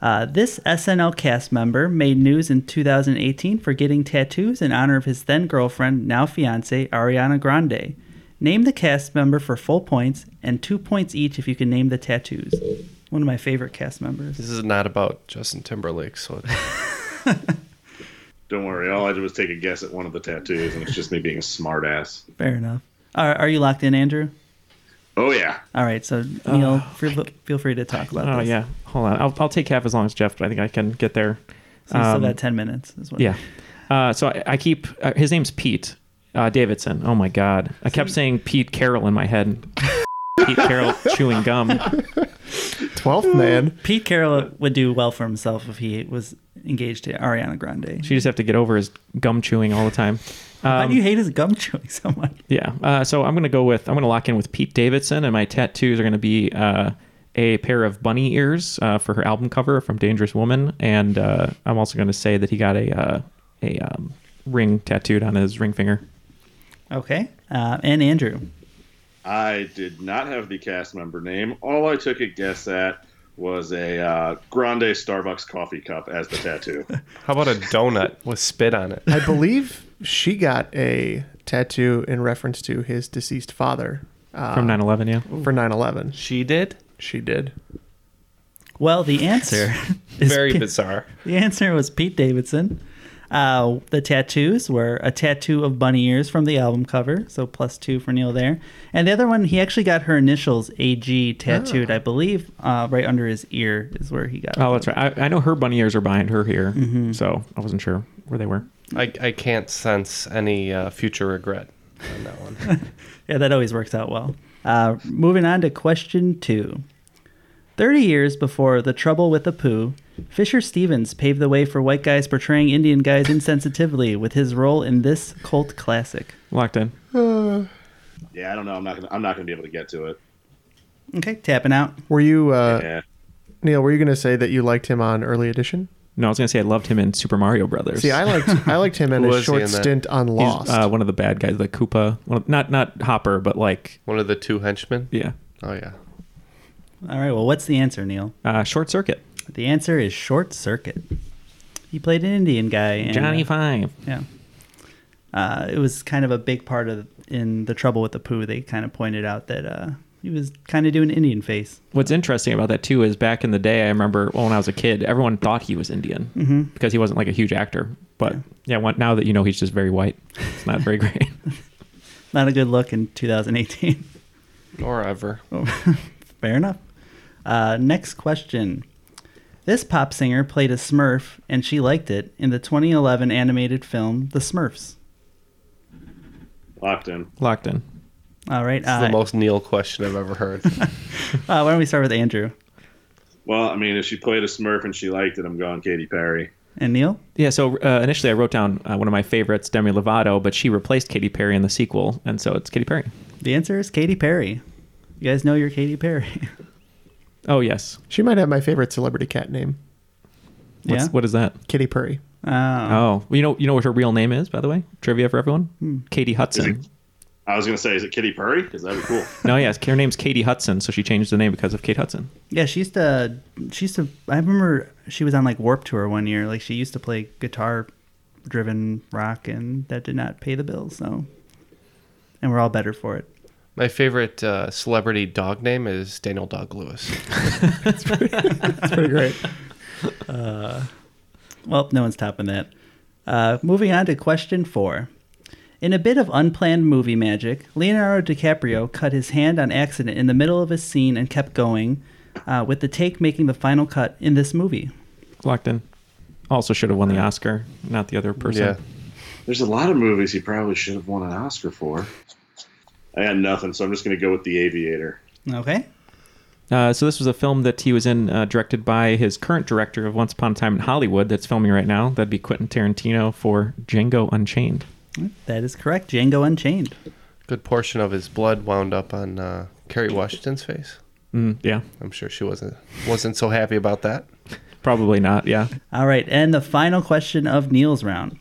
S15: Uh, this SNL cast member made news in 2018 for getting tattoos in honor of his then girlfriend, now fiance, Ariana Grande. Name the cast member for full points and two points each if you can name the tattoos. One of my favorite cast members.
S16: This is not about Justin Timberlake, so.
S19: Don't worry, all I did was take a guess at one of the tattoos, and it's just me being a smartass.
S15: Fair enough. Are, are you locked in, Andrew?
S19: Oh yeah.
S15: All right, so Neil, feel, feel free to talk about
S17: Oh
S15: this.
S17: yeah, hold on. I'll, I'll take half as long as Jeff, but I think I can get there.
S15: So you still got 10 minutes is what-
S17: um, yeah. Uh, so I, I keep uh, his name's Pete uh, Davidson. Oh my God, I kept saying Pete Carroll in my head. Pete Carroll chewing gum.
S18: Twelfth man.
S15: Pete Carroll would do well for himself if he was engaged to Ariana Grande.
S17: She just have to get over his gum chewing all the time.
S15: Why
S17: Um,
S15: do you hate his gum chewing so much?
S17: Yeah. Uh, so I'm gonna go with I'm gonna lock in with Pete Davidson, and my tattoos are gonna be uh, a pair of bunny ears uh, for her album cover from Dangerous Woman, and uh, I'm also gonna say that he got a uh, a um, ring tattooed on his ring finger.
S15: Okay. Uh, and Andrew.
S19: I did not have the cast member name. All I took a guess at was a uh, grande Starbucks coffee cup as the tattoo.
S16: How about a donut with spit on it?
S18: I believe she got a tattoo in reference to his deceased father. Uh,
S17: From 9/11, yeah.
S18: For 9/11.
S16: She did?
S18: She did.
S15: Well, the answer is
S16: Very
S15: Pe-
S16: bizarre.
S15: The answer was Pete Davidson. Uh, the tattoos were a tattoo of bunny ears from the album cover, so plus two for Neil there. And the other one, he actually got her initials AG tattooed, I believe, uh, right under his ear is where he got.
S17: Oh, that's right. I, I know her bunny ears are behind her here,
S15: Mhm.
S17: so I wasn't sure where they were.
S16: I, I can't sense any uh, future regret on that one.
S15: yeah, that always works out well. Uh, moving on to question two. 30 years before The Trouble with the Pooh, Fisher Stevens paved the way for white guys portraying Indian guys insensitively with his role in this cult classic.
S17: Locked in.
S19: yeah, I don't know. I'm not gonna. I'm not gonna be able to get to it.
S15: Okay, tapping out.
S18: Were you, uh,
S19: Yeah.
S18: Neil? Were you going to say that you liked him on Early Edition?
S17: No, I was gonna say I loved him in Super Mario Brothers.
S18: See, I liked I liked him in
S17: Who
S18: a
S17: was he
S18: short
S17: in that?
S18: stint on
S17: He's,
S18: Lost.
S17: uh, one of the bad guys, the Koopa. One of- not not Hopper, but like
S16: one of the two henchmen.
S17: Yeah.
S16: Oh yeah.
S15: All right, well, what's the answer, Neil?
S17: Uh, short Circuit.
S15: The answer is Short Circuit. He played an Indian guy. And,
S17: Johnny Five.
S15: Yeah. Uh, it was kind of a big part of in The Trouble with the Pooh. They kind of pointed out that uh, he was kind of doing Indian face.
S17: What's interesting about that too is back in the day, I remember well, when I was a kid, everyone thought he was Indian
S15: Mhm.
S17: because he wasn't like a huge actor. But yeah, one- now that you know he's just very white, it's not very great.
S15: Not a good look in 2018.
S16: Or ever.
S15: Fair enough. Uh, next question. This pop singer played a Smurf, and she liked it in the 2011 animated film The Smurfs.
S19: Locked in.
S17: Locked in.
S15: All right.
S16: It's the
S15: Uh,
S16: most Neil question I've ever heard.
S15: uh, why don't we start with Andrew
S19: Well, I mean, if she played a Smurf and she liked it, I'm going Katy Perry.
S15: and Neil?
S17: Yeah, so uh, initially I wrote down uh, one of my favorites, Demi Lovato, but she replaced Katy Perry in the sequel, and so it's Katy Perry.
S15: The answer is Katy Perry. You guys know you're Katy Perry.
S17: Oh yes,
S18: she might have my favorite celebrity cat name,
S17: What's,
S15: Yeah?
S17: What is that?
S18: Kitty Purry.
S17: Oh, well, you know, you know what her real name is, by the way. Trivia for everyone.
S18: Hmm.
S17: Katie
S19: Is
S17: Hudson.
S19: it- I was gonna say, is it Katy Perry? Because that'd be cool.
S17: no, yes, her name's Katie Hudson, so she changed the name because of Kate Hudson.
S15: Yeah, she used to. She used to. I remember she was on like Warp Tour one year. Like she used to play guitar-driven rock, and that did not pay the bills. So, and we're all better for it.
S16: My favorite uh, celebrity dog name is Daniel Dog Lewis.
S18: That's pretty great.
S15: Uh, well, no one's topping that. Uh, moving on to question four. In a bit of unplanned movie magic, Leonardo DiCaprio cut his hand on accident in the middle of a scene and kept going, uh, with the take making the final cut in this movie.
S17: Locked in. Also should have won the Oscar, not the other person.
S16: Yeah.
S19: There's a lot of movies he probably should have won an Oscar for. I got nothing, so I'm just going to go with The Aviator.
S15: Okay.
S17: Uh, so this was a film that he was in, uh, directed by his current director of Once Upon a Time in Hollywood, that's filming right now. That'd be Quentin Tarantino for Django Unchained.
S15: That is correct. Django Unchained.
S16: Good portion of his blood wound up on uh, Kerry Washington's face.
S17: Mm, yeah,
S16: I'm sure she wasn't wasn't so happy about that.
S17: Probably not. Yeah.
S15: All right, and the final question of Neil's round.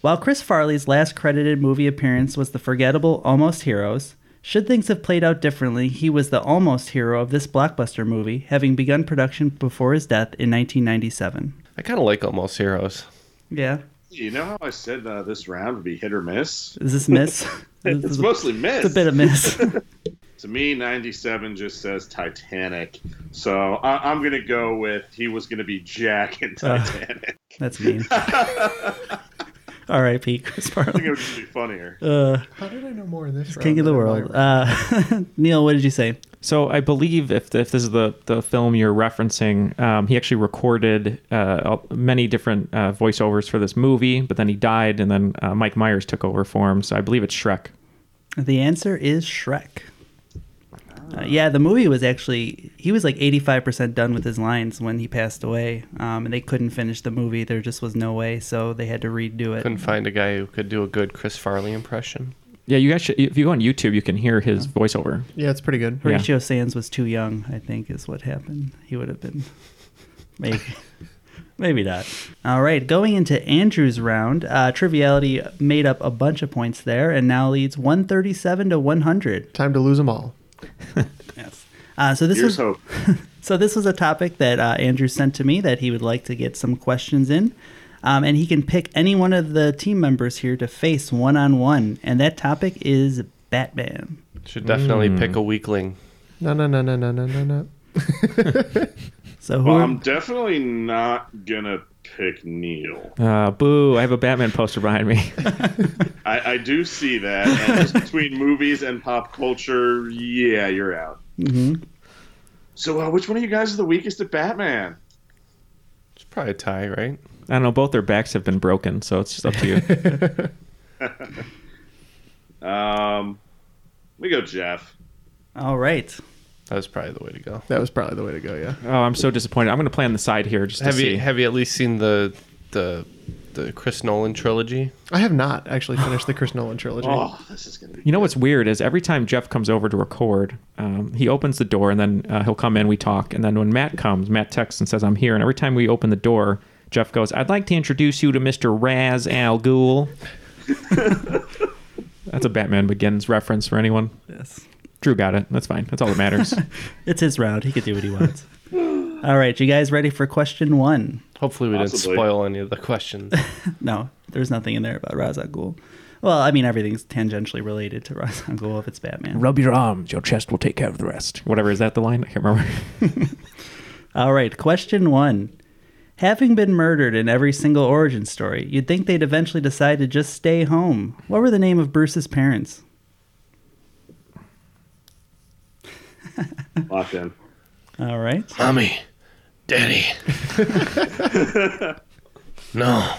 S15: While Chris Farley's last credited movie appearance was the forgettable Almost Heroes, should things have played out differently, he was the almost hero of this blockbuster movie, having begun production before his death in 1997.
S16: I kind of like Almost Heroes.
S15: Yeah.
S19: You know how I said uh, this round would be hit or miss?
S15: Is this miss?
S19: it's
S15: This is-
S19: mostly miss.
S15: It's a bit of miss.
S19: to me, 97 just says Titanic. So I- I'm going to go with he was going to be Jack in
S15: Uh,
S19: Titanic.
S15: That's mean. R.I.P. Chris
S19: I think it
S15: Farley.
S19: would just be funnier.
S15: Uh,
S18: How did I know more in this?
S15: it's King of the World. Uh, Neil, what did you say?
S17: So I believe if if this is the the film you're referencing, um, he actually recorded uh, many different uh, voiceovers for this movie, but then he died, and then uh, Mike Myers took over for him. So I believe it's Shrek.
S15: The answer is Shrek. Uh, yeah, the movie was actually he was like 85% done with his lines when he passed away, um, and they couldn't finish the movie. There just was no way, so they had to redo it.
S16: Couldn't find a guy who could do a good Chris Farley impression.
S17: Yeah, you guys should, if you go on YouTube, you can hear his voiceover.
S18: Yeah, it's pretty good.
S15: Horatio Sands was too young, I think, is what happened. He would have been maybe. Maybe not. All right, going into Andrew's round, uh, Triviality made up a bunch of points there and now leads 137 to 100.
S18: Time to lose them all.
S15: yes. Uh, so this
S19: Here's
S15: was so this was a topic that uh, Andrew sent to me that he would like to get some questions in, um, and he can pick any one of the team members here to face one on one, and that topic is Batman.
S16: Should definitely
S17: Mm.
S19: Hmm.
S16: pick a weakling.
S18: No, no, no, no, no, no, no, no.
S15: So who?
S19: Well, I'm definitely not going to pick Neil.
S17: Uh, boo! I have a Batman poster behind me.
S19: I, I do see that. And just between movies and pop culture, yeah, you're out.
S15: Mhm.
S19: So, uh, which one of you guys is the weakest at Batman?
S16: It's probably a tie, right?
S17: I don't know. Both their backs have been broken, so it's just up to you.
S19: Um, we go Jeff.
S15: All right.
S16: That was probably the way to go.
S18: That was probably the way to go. Yeah.
S17: oh, I'm so disappointed. I'm going to play on the side here just to
S16: Have
S17: see.
S16: you have you at least seen the the the Chris Nolan trilogy?
S18: I have not actually finished the Chris Nolan trilogy.
S19: Oh, this is gonna be.
S17: You know what's weird is every time Jeff comes over to record, um, he opens the door and then uh, he'll come in, we talk. And then when Matt comes, Matt texts and says, I'm here. And every time we open the door, Jeff goes, I'd like to introduce you to Mr. Raz Al Ghul. That's a Batman Begins reference for anyone.
S15: Yes.
S17: Drew got it. That's fine. That's all that matters.
S15: It's his round. He could do what he wants. All right, you guys ready for question one?
S16: Hopefully, we
S19: Possibly.
S16: didn't spoil any of the questions.
S15: No, there's nothing in there about Ra's al Ghul. Well, I mean, everything's tangentially related to Ra's al Ghul if it's Batman.
S17: Rub your arms. Your chest will take care of the rest. Whatever. Is that the line? I can't remember.
S15: All right, question one. Having been murdered in every single origin story, you'd think they'd eventually decide to just stay home. What were the name of Bruce's parents?
S19: Locked in.
S15: All right.
S16: Mommy, Daddy. no.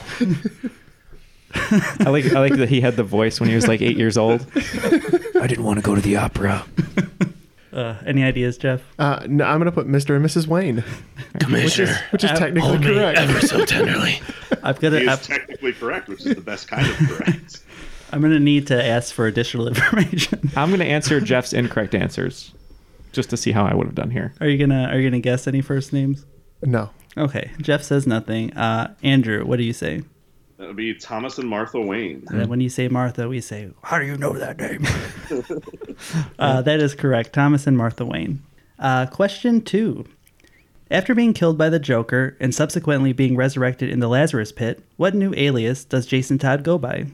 S17: I like, I like that he had the voice when he was like eight years old. I didn't want to go to the opera.
S15: Uh, any ideas, Jeff?
S18: Uh, no, I'm gonna put Mr. and Mrs. Wayne, which is which is
S15: Uh,
S18: technically correct.
S16: so tenderly.
S15: I've
S19: He
S15: gotta,
S19: is
S15: I've,
S19: technically correct, which is the best kind of correct.
S15: I'm going to need to ask for additional information.
S17: I'm going to answer Jeff's incorrect answers just to see how I would have done here.
S15: Are you gonna Are you gonna guess any first names?
S18: No,
S15: Okay, Jeff says nothing. Uh, Andrew, what do you say?
S19: That would be Thomas and Martha Wayne.
S15: And then when you say Martha, we say, How do you know that name? uh, that is correct. Thomas and Martha Wayne. Uh, question two. After being killed by the Joker and subsequently being resurrected in the Lazarus pit, what new alias does Jason Todd go by?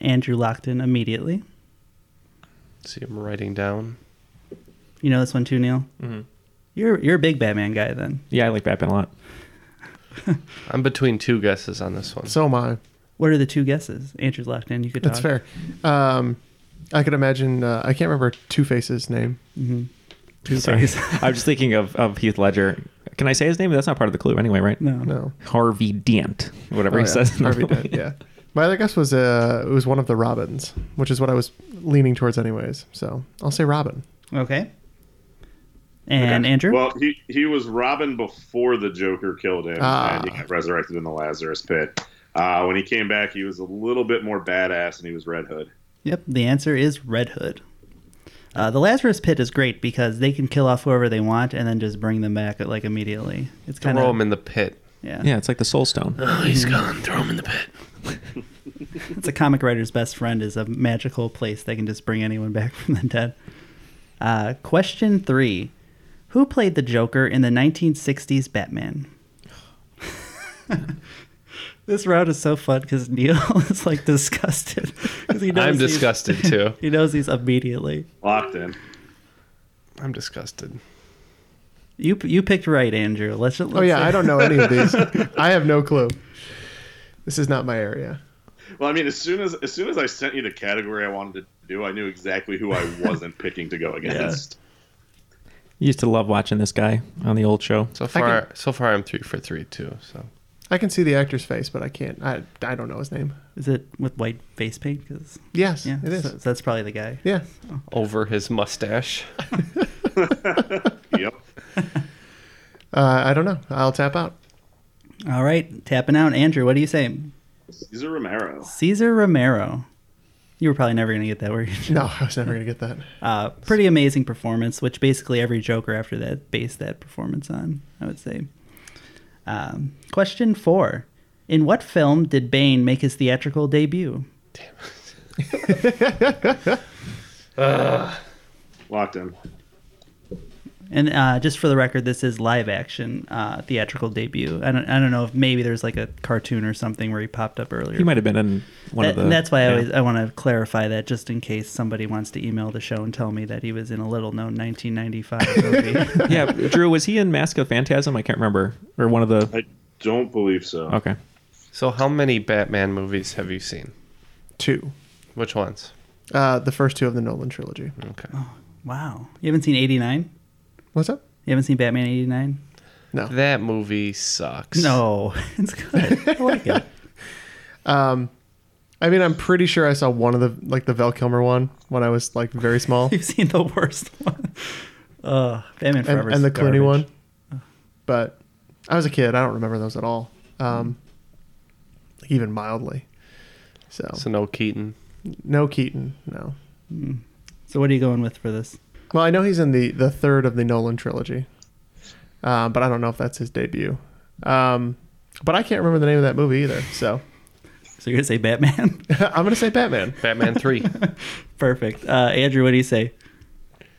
S15: Andrew locked in immediately.
S16: See, I'm writing down. Mm-hmm.
S15: You know this one too, Neil?
S17: Mhm.
S15: You're, you're a big Batman guy then.
S17: Yeah, I like Batman a lot.
S16: I'm between two guesses on this one.
S18: so am I.
S15: What are the two guesses? Andrew's locked in. You could talk.
S18: That's fair. Um, I could imagine. Uh, I can't remember Two Face's name.
S17: Sorry. I'm just thinking of, of Heath Ledger. Can I say his name? That's not part of the clue anyway, right?
S15: No.
S18: No,
S17: Harvey Dent, whatever
S18: Oh,
S17: he
S18: yeah.
S17: says. in the
S18: Harvey
S17: movie.
S18: Dent, Yeah, My other guess was uh, it was one of the Robins, which is what I was leaning towards, anyways. So I'll say Robin.
S15: Okay. And okay. Andrew?
S19: Well, he, he was Robin before the Joker killed him, ah. and he got resurrected in the Lazarus pit. Uh, when he came back, he was a little bit more badass, and he was Red Hood.
S15: Yep, the answer is Red Hood. Uh, the Lazarus Pit is great because they can kill off whoever they want and then just bring them back like immediately. It's kind
S16: of throw them in the pit.
S15: Yeah,
S17: yeah, it's like the Soul Stone.
S16: Oh, he's mm-hmm. gone. Throw him in the pit.
S15: it's a comic writer's best friend is a magical place they can just bring anyone back from the dead. Uh, question three: Who played the Joker in the 1960s Batman? This round is so fun because Neil is like disgusted.
S16: He knows I'm disgusted too.
S15: He knows he's immediately
S19: locked in.
S16: I'm disgusted.
S15: You you picked right, Andrew. Let's. let
S18: oh yeah, say. I don't know any of these. I have no clue. This is not my area.
S19: Well, I mean, as soon as as soon as I sent you the category I wanted to do, I knew exactly who I wasn't picking to go against.
S17: Yeah. Used to love watching this guy on the old show.
S16: So far, can... so far I'm three for three too. So
S18: I can see the actor's face, but I can't. I, I don't know his name.
S15: Is it with white face paint? Cause,
S18: yes, yeah, it is.
S15: So, so that's probably the guy.
S18: Yeah.
S16: Oh. Over his mustache.
S19: yep.
S18: Uh, I don't know. I'll tap out.
S15: All right, tapping out. Andrew, what do you say?
S19: Caesar Romero.
S15: Caesar Romero. You were probably never going to get that, were you?
S18: No, I was never going to get that.
S15: Uh, pretty amazing performance, which basically every Joker after that based that performance on, I would say. Um, question four: In what film did Bane make his theatrical debut?
S19: Damn uh, locked in.
S15: And uh, just for the record, this is live action uh, theatrical debut. I don't, I don't know if maybe there's like a cartoon or something where he popped up earlier.
S17: He might have been in one
S15: that,
S17: of the.
S15: That's why yeah. I always uh, I want to clarify that just in case somebody wants to email the show and tell me that he was in a little known 1995
S17: movie. yeah, Drew, was he in Mask of Phantasm? I can't remember or one of the.
S19: I don't believe so.
S17: Okay.
S16: So how many Batman movies have you seen?
S18: Two.
S16: Which ones?
S18: Uh, the first two of the Nolan trilogy.
S16: Okay.
S15: Oh, wow, you haven't seen '89.
S18: What's up?
S15: You haven't seen Batman '89?
S18: No.
S16: That movie sucks.
S15: No, it's good. I like it.
S18: Um, I mean, I'm pretty sure I saw one of the like the Val Kilmer one when I was like very small.
S15: You've seen the worst one. Uh, Batman Forever
S18: and, and the
S15: garbage.
S18: Clooney one. But I was a kid. I don't remember those at all. Um, even mildly. So.
S16: So no Keaton.
S18: No Keaton. No.
S15: Mm. So what are you going with for this?
S18: Well, I know he's in the the third of the Nolan trilogy, uh, but I don't know if that's his debut. Um, but I can't remember the name of that movie either. So,
S15: so you're gonna say Batman?
S18: I'm gonna say Batman.
S16: Batman three.
S15: Perfect. Uh, Andrew, what do you say?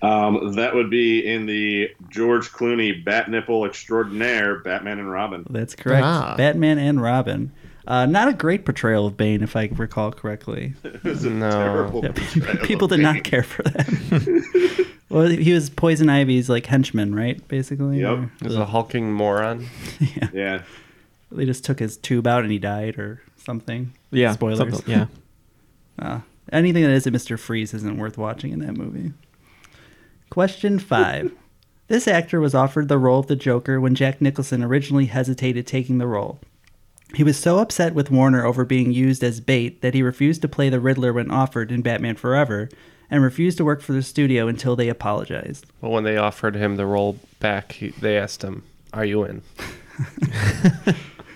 S19: Um, that would be in the George Clooney Bat Nipple Extraordinaire, Batman and Robin.
S15: That's correct. Ah. Batman and Robin. Uh, not a great portrayal of Bane, if I recall correctly.
S19: It was a no. terrible portrayal
S15: People did not care for that. well, he was Poison Ivy's like henchman, right? Basically.
S19: Yep.
S16: He was a hulking moron.
S15: yeah.
S19: Yeah.
S15: They just took his tube out and he died or something.
S17: Yeah.
S15: Spoilers.
S17: Something, yeah.
S15: Uh, anything that isn't Mr. Freeze isn't worth watching in that movie. Question five. this actor was offered the role of the Joker when Jack Nicholson originally hesitated taking the role. He was so upset with Warner over being used as bait that he refused to play the Riddler when offered in Batman Forever and refused to work for the studio until they apologized.
S16: Well, when they offered him the role back, he, they asked him, Are you in?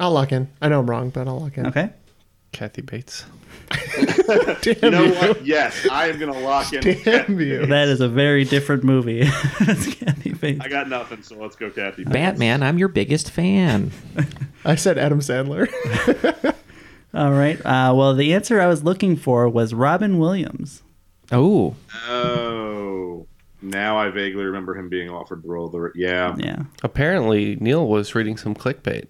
S18: I'll lock in. I know I'm wrong, but I'll lock in.
S15: Okay.
S16: Kathy Bates.
S19: you know you. what? Yes, I am gonna lock in.
S18: Damn you!
S15: That is a very different movie. Kathy Bates.
S19: I got nothing, so let's go, Kathy.
S17: Batman, I'm your biggest fan.
S18: I said Adam Sandler.
S15: All right. Uh, well, the answer I was looking for was Robin Williams.
S17: Oh.
S19: Oh. Now I vaguely remember him being offered the role. Of the, yeah.
S15: Yeah.
S16: Apparently, Neil was reading some clickbait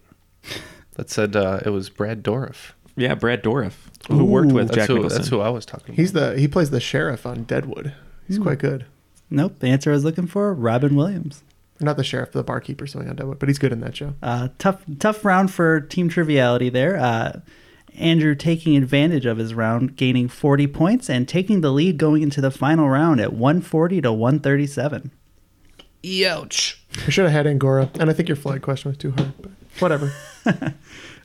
S16: that said uh, it was Brad Dorff.
S17: Yeah, Brad Dorff, who Ooh, worked with Jack
S16: who,
S17: Nicholson.
S16: That's who I was talking.
S18: He's
S16: about.
S18: the he plays the sheriff on Deadwood. He's mm. quite good.
S15: Nope, the answer I was looking for Robin Williams.
S18: Not the sheriff, the barkeeper, something on Deadwood, but he's good in that show.
S15: Uh, tough, tough round for team triviality there. Uh, Andrew taking advantage of his round, gaining 40 points and taking the lead going into the final round at 140 to 137.
S16: Youch.
S18: I should have had Angora, and I think your flag question was too hard. But. Whatever.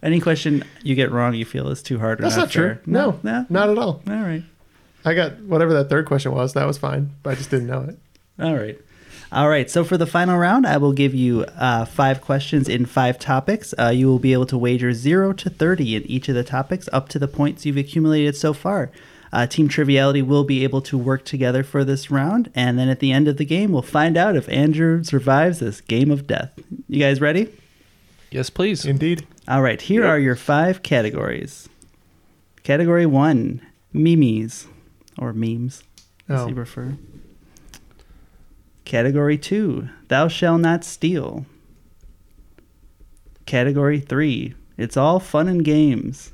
S15: Any question you get wrong, you feel is too hard. Or
S18: That's not,
S15: fair.
S18: true. No, no, not at all.
S15: All right.
S18: I got whatever that third question was. That was fine, but I just didn't know it.
S15: All right. All right. So for the final round, I will give you uh, five questions in five topics. Uh, you will be able to wager zero to 30 in each of the topics up to the points you've accumulated so far. Uh, Team Triviality will be able to work together for this round. And then at the end of the game, we'll find out if Andrew survives this game of death. You guys ready?
S16: Yes, please.
S18: Indeed.
S15: All right. Here
S16: Yep.
S15: are your five categories. Category one memes or memes, as
S18: Oh.
S15: you prefer. Category 2, Thou Shall Not Steal. Category 3, It's All Fun and Games.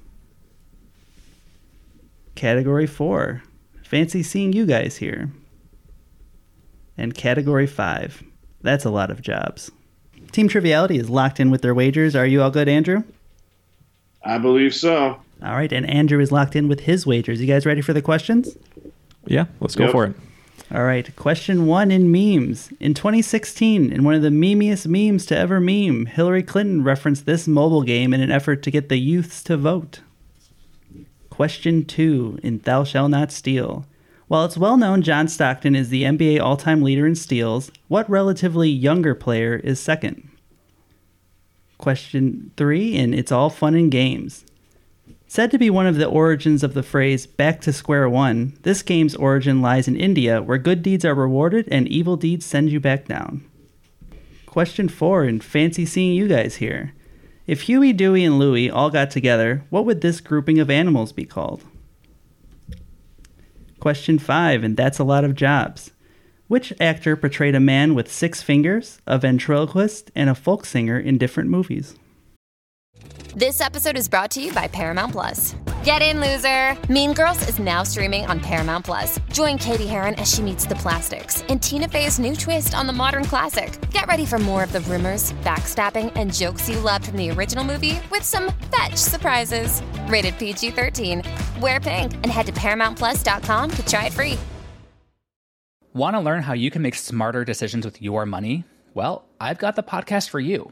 S15: Category 4, Fancy Seeing You Guys Here. And Category 5, That's a Lot of Jobs. Team Triviality is locked in with their wagers. Are you all good, Andrew?
S19: I believe so.
S15: All right, and Andrew is locked in with his wagers. You guys ready for the questions?
S17: Yeah, let's go
S19: Yep.
S17: for it.
S15: All right, question one in memes. In 2016, in one of the memeiest memes to ever meme, Hillary Clinton referenced this mobile game in an effort to get the youths to vote. Question two in Thou Shall Not Steal. While it's well known John Stockton is the NBA all time leader in steals, what relatively younger player is second? Question three in It's All Fun and Games. Said to be one of the origins of the phrase back to square one, this game's origin lies in India, where good deeds are rewarded and evil deeds send you back down. Question four, and fancy seeing you guys here. If Huey, Dewey, and Louie all got together, what would this grouping of animals be called? Question five, and that's a lot of jobs. Which actor portrayed a man with six fingers, a ventriloquist, and a folk singer in different movies?
S5: This episode is brought to you by Paramount Plus. Get in, loser! Mean Girls is now streaming on Paramount Plus. Join Katie Heron as she meets the plastics and Tina Fey's new twist on the modern classic. Get ready for more of the rumors, backstabbing, and jokes you loved from the original movie with some fetch surprises. Rated PG 13. Wear pink and head to ParamountPlus.com to try it free.
S21: Want to learn how you can make smarter decisions with your money? Well, I've got the podcast for you.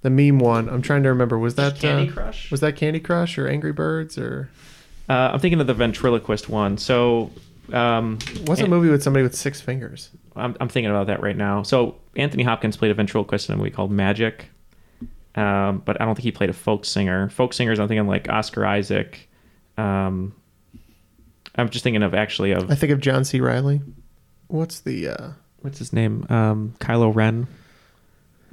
S18: The meme one. I'm trying to remember. Was that
S21: Candy
S18: Crush? Was that Candy Crush or Angry Birds or
S17: Uh, I'm thinking of the ventriloquist one. So, um,
S18: what's a
S17: and-
S18: movie with somebody with six fingers?
S17: I'm, I'm thinking about that right now. So Anthony Hopkins played a ventriloquist in a movie called Magic, um, but I don't think he played a folk singer. Folk singers, I'm thinking like Oscar Isaac. Um, I'm just thinking of actually of
S18: I think of John C. Riley. What's the uh,
S17: what's his name, um, Kylo Ren,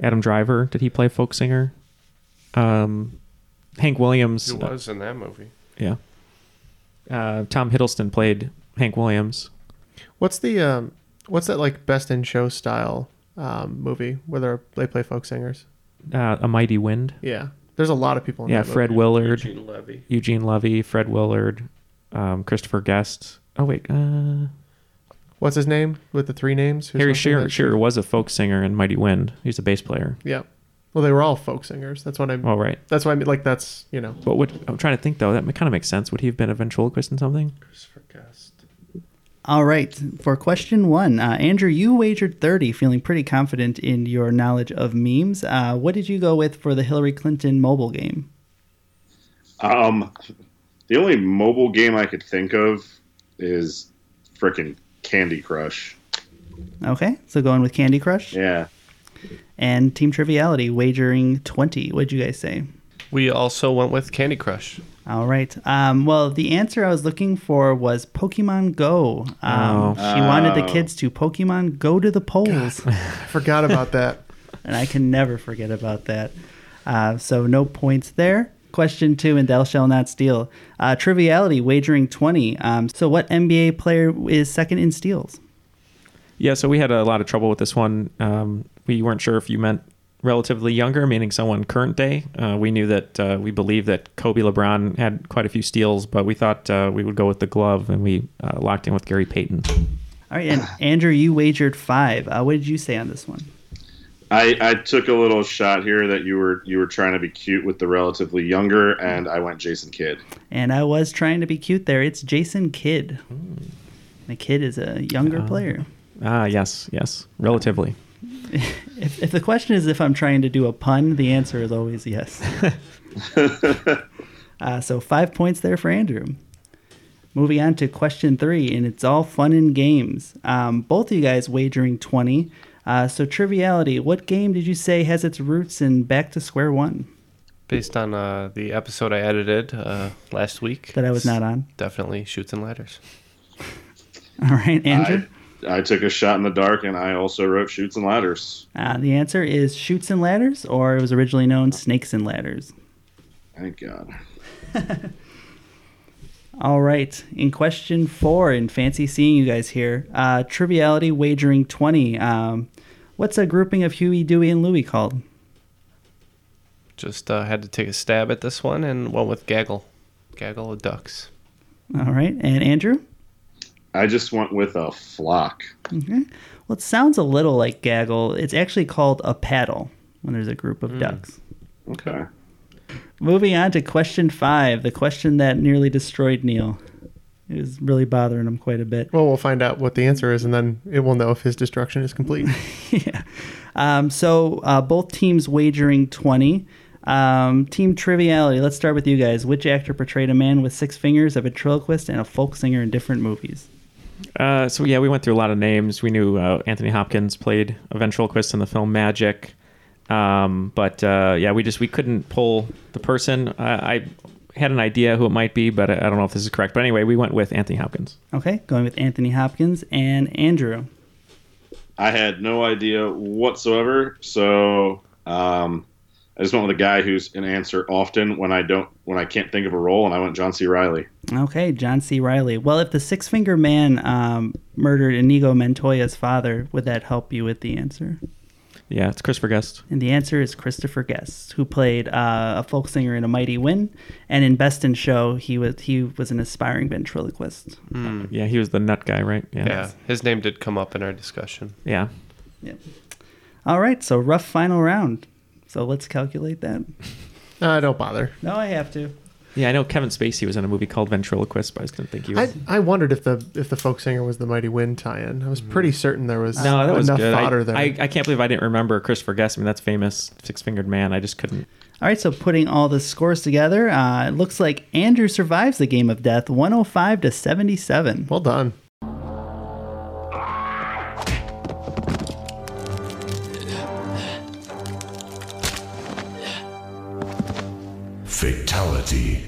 S17: Adam Driver. Did he play folk singer? Um, Hank Williams.
S16: Who was in that movie?
S17: Yeah. Uh, Tom Hiddleston played Hank Williams.
S18: What's the um, what's that like best in show style um, movie where they're- they play folk singers?
S17: Uh, a Mighty Wind.
S18: Yeah, there's a lot of people. in
S17: yeah,
S18: that
S17: Fred
S18: movie.
S17: Willard,
S16: Eugene Levy.
S17: Eugene Levy, Fred Willard, um, Christopher Guest. Oh wait, uh,
S18: What's his name with the three names? Who's
S17: Harry
S18: hosting
S17: Shearer,
S18: that?
S17: Shearer was a folk singer in Mighty Wind. He's a bass player.
S18: Yeah. Well, they were all folk singers. That's what I'm.
S17: Oh right,
S18: That's why I mean. Like that's you know.
S17: but what I'm trying to think though, that kind of makes sense. Would he have been a ventriloquist in something?
S15: All right. For question one, uh, Andrew, you wagered 30, feeling pretty confident in your knowledge of memes. Uh, what did you go with for the Hillary Clinton mobile game?
S19: Um, the only mobile game I could think of is frickin' Candy Crush.
S15: Okay. So going with Candy Crush
S19: Yeah.
S15: and Team Triviality, wagering 20. What'd you guys say?
S16: We also went with Candy Crush.
S15: All right. Um, well, the answer I was looking for was Pokemon Go. Um,
S18: Oh.
S15: She wanted the
S18: Oh.
S15: kids to Pokemon Go to the polls. I
S18: forgot about that.
S15: and I can never forget about that. Uh, so no points there. Question two, and thou shall not steal. Uh, triviality, wagering 20. Um, so what NBA player is second in steals?
S17: Yeah, so we had a lot of trouble with this one. Um, we weren't sure if you meant relatively younger, meaning someone current day. Uh, we knew that uh, we believe that Kobe LeBron had quite a few steals, but we thought uh, we would go with the glove, and we uh, locked in with Gary Payton.
S15: All right, and Andrew, you wagered five. Uh, what did you say on this one?
S19: I, I took a little shot here that you were you were trying to be cute with the relatively younger, and I went Jason Kidd.
S15: And I was trying to be cute there. It's Jason Kidd. The kid is a younger
S17: Ah.
S15: player.
S17: Ah, yes, yes, relatively.
S15: If, if the question is if I'm trying to do a pun, the answer is always yes. uh, so five points there for Andrew. Moving on to question three, and it's all fun and games. Um, both of you guys wagering 20. Uh, so, triviality, what game did you say has its roots in Back to Square One?
S16: Based on uh, the episode I edited uh, last week.
S15: That I was not on.
S16: Definitely shoots and ladders.
S15: All right, Andrew?
S19: I, I took a shot in the dark, and I also wrote shoots and ladders.
S15: Uh, the answer is Shoots and Ladders, or it was originally known Snakes and Ladders.
S19: Thank God.
S15: All right. In question four, and fancy seeing you guys here. Uh, triviality wagering 20. Um, what's a grouping of Huey, Dewey, and Louie called?
S16: Just uh, had to take a stab at this one and went with gaggle. Gaggle of ducks.
S15: All right. And Andrew?
S19: I just went with a flock.
S15: Okay. Well, it sounds a little like gaggle. It's actually called a paddle when there's a group of ducks.
S19: Okay.
S15: Moving on to question five, the question that nearly destroyed Neil. It was really bothering him quite a bit.
S18: Well, we'll find out what the answer is, and then it will know if his destruction is complete.
S15: Um, so uh, both teams wagering 20. Um, team triviality. Let's start with you guys. Which actor portrayed a man with six fingers, a ventriloquist, and a folk singer in different movies?
S17: Uh, so yeah, we went through a lot of names. We knew uh, Anthony Hopkins played a ventriloquist in the film Magic, um, but uh, yeah, we just we couldn't pull the person. Uh, I had an idea who it might be, but I, I don't know if this is correct. But anyway, we went with Anthony Hopkins.
S15: Okay, going with Anthony Hopkins and Andrew.
S19: I had no idea whatsoever, so um, I just went with a guy who's an answer often when I don't when I can't think of a role, and I went John C. Riley.
S15: Okay, John C. Riley. Well, if the six finger man um, murdered Inigo Montoya's father, would that help you with the answer?
S17: Yeah, it's Christopher Guest.
S15: And the answer is Christopher Guest, who played uh, a folk singer in A Mighty Wind, and in Best in Show, he was he was an aspiring ventriloquist.
S17: Yeah, he was the nut guy, right?
S16: Mm-hmm. Yeah. His name did come up in our discussion.
S17: Yeah.
S15: All right, so rough final round. So let's calculate that.
S18: Uh, don't bother.
S15: No, I have to.
S17: Yeah, I know Kevin Spacey was in a movie called Ventriloquist, but I just didn't think he
S18: I,
S17: was.
S18: I wondered if the if the folk singer was the Mighty Wind tie-in. I was pretty certain there was
S17: no, that was
S18: enough
S17: good. I-
S18: fodder there.
S17: I, I can't believe I didn't remember Christopher Guest. I mean, that's famous six-fingered man. I just couldn't.
S15: All right, so putting all the scores together, uh, it looks like Andrew survives the game of death, 105 to 77.
S18: Well done.
S1: Fatality.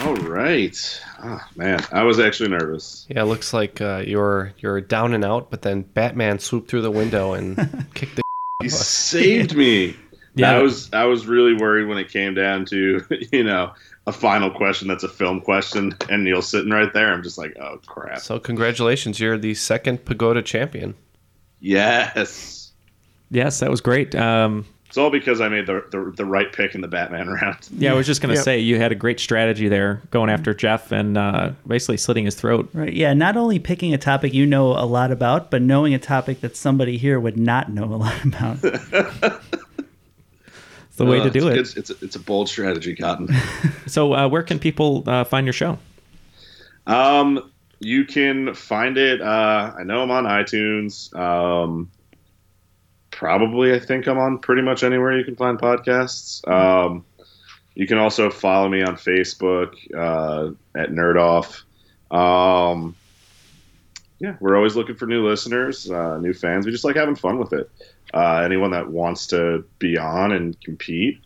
S19: All right, ah man, I was actually nervous.
S16: Yeah, it looks like uh, you're you're down and out, but then Batman swooped through the window and kicked the.
S19: He saved me.
S16: Yeah.
S19: I was I was really worried when it came down to you know a final question that's a film question, and Neil's sitting right there. I'm just like, oh crap.
S16: So congratulations, you're the second pagoda champion.
S19: Yes,
S17: Yes, that was great. Um,
S19: it's all because I made the the, the right pick in the Batman round.
S17: yeah, I was just gonna
S19: Yep.
S17: say you had a great strategy there, going after Jeff and uh, basically slitting his throat.
S15: Right, yeah, not only picking a topic you know a lot about, but knowing a topic that somebody here would not know a lot about.
S17: It's the way to do it.
S19: It's, it's, it's a bold strategy, Cotton.
S17: So, uh, where can people uh, find your show?
S19: um, you can find it. Uh, I know I'm on iTunes. Um, probably, I think I'm on pretty much anywhere you can find podcasts. Um, you can also follow me on Facebook uh, at Nerd Off. Um, yeah, we're always looking for new listeners, uh, new fans. We just like having fun with it. Uh, anyone that wants to be on and compete,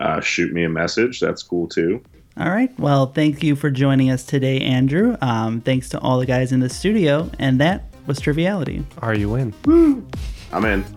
S19: uh, shoot me a message. That's cool too.
S15: All right. Well, thank you for joining us today, Andrew. Um, thanks to all the guys in the studio. And that was Triviality.
S16: Are you in?
S19: I'm in.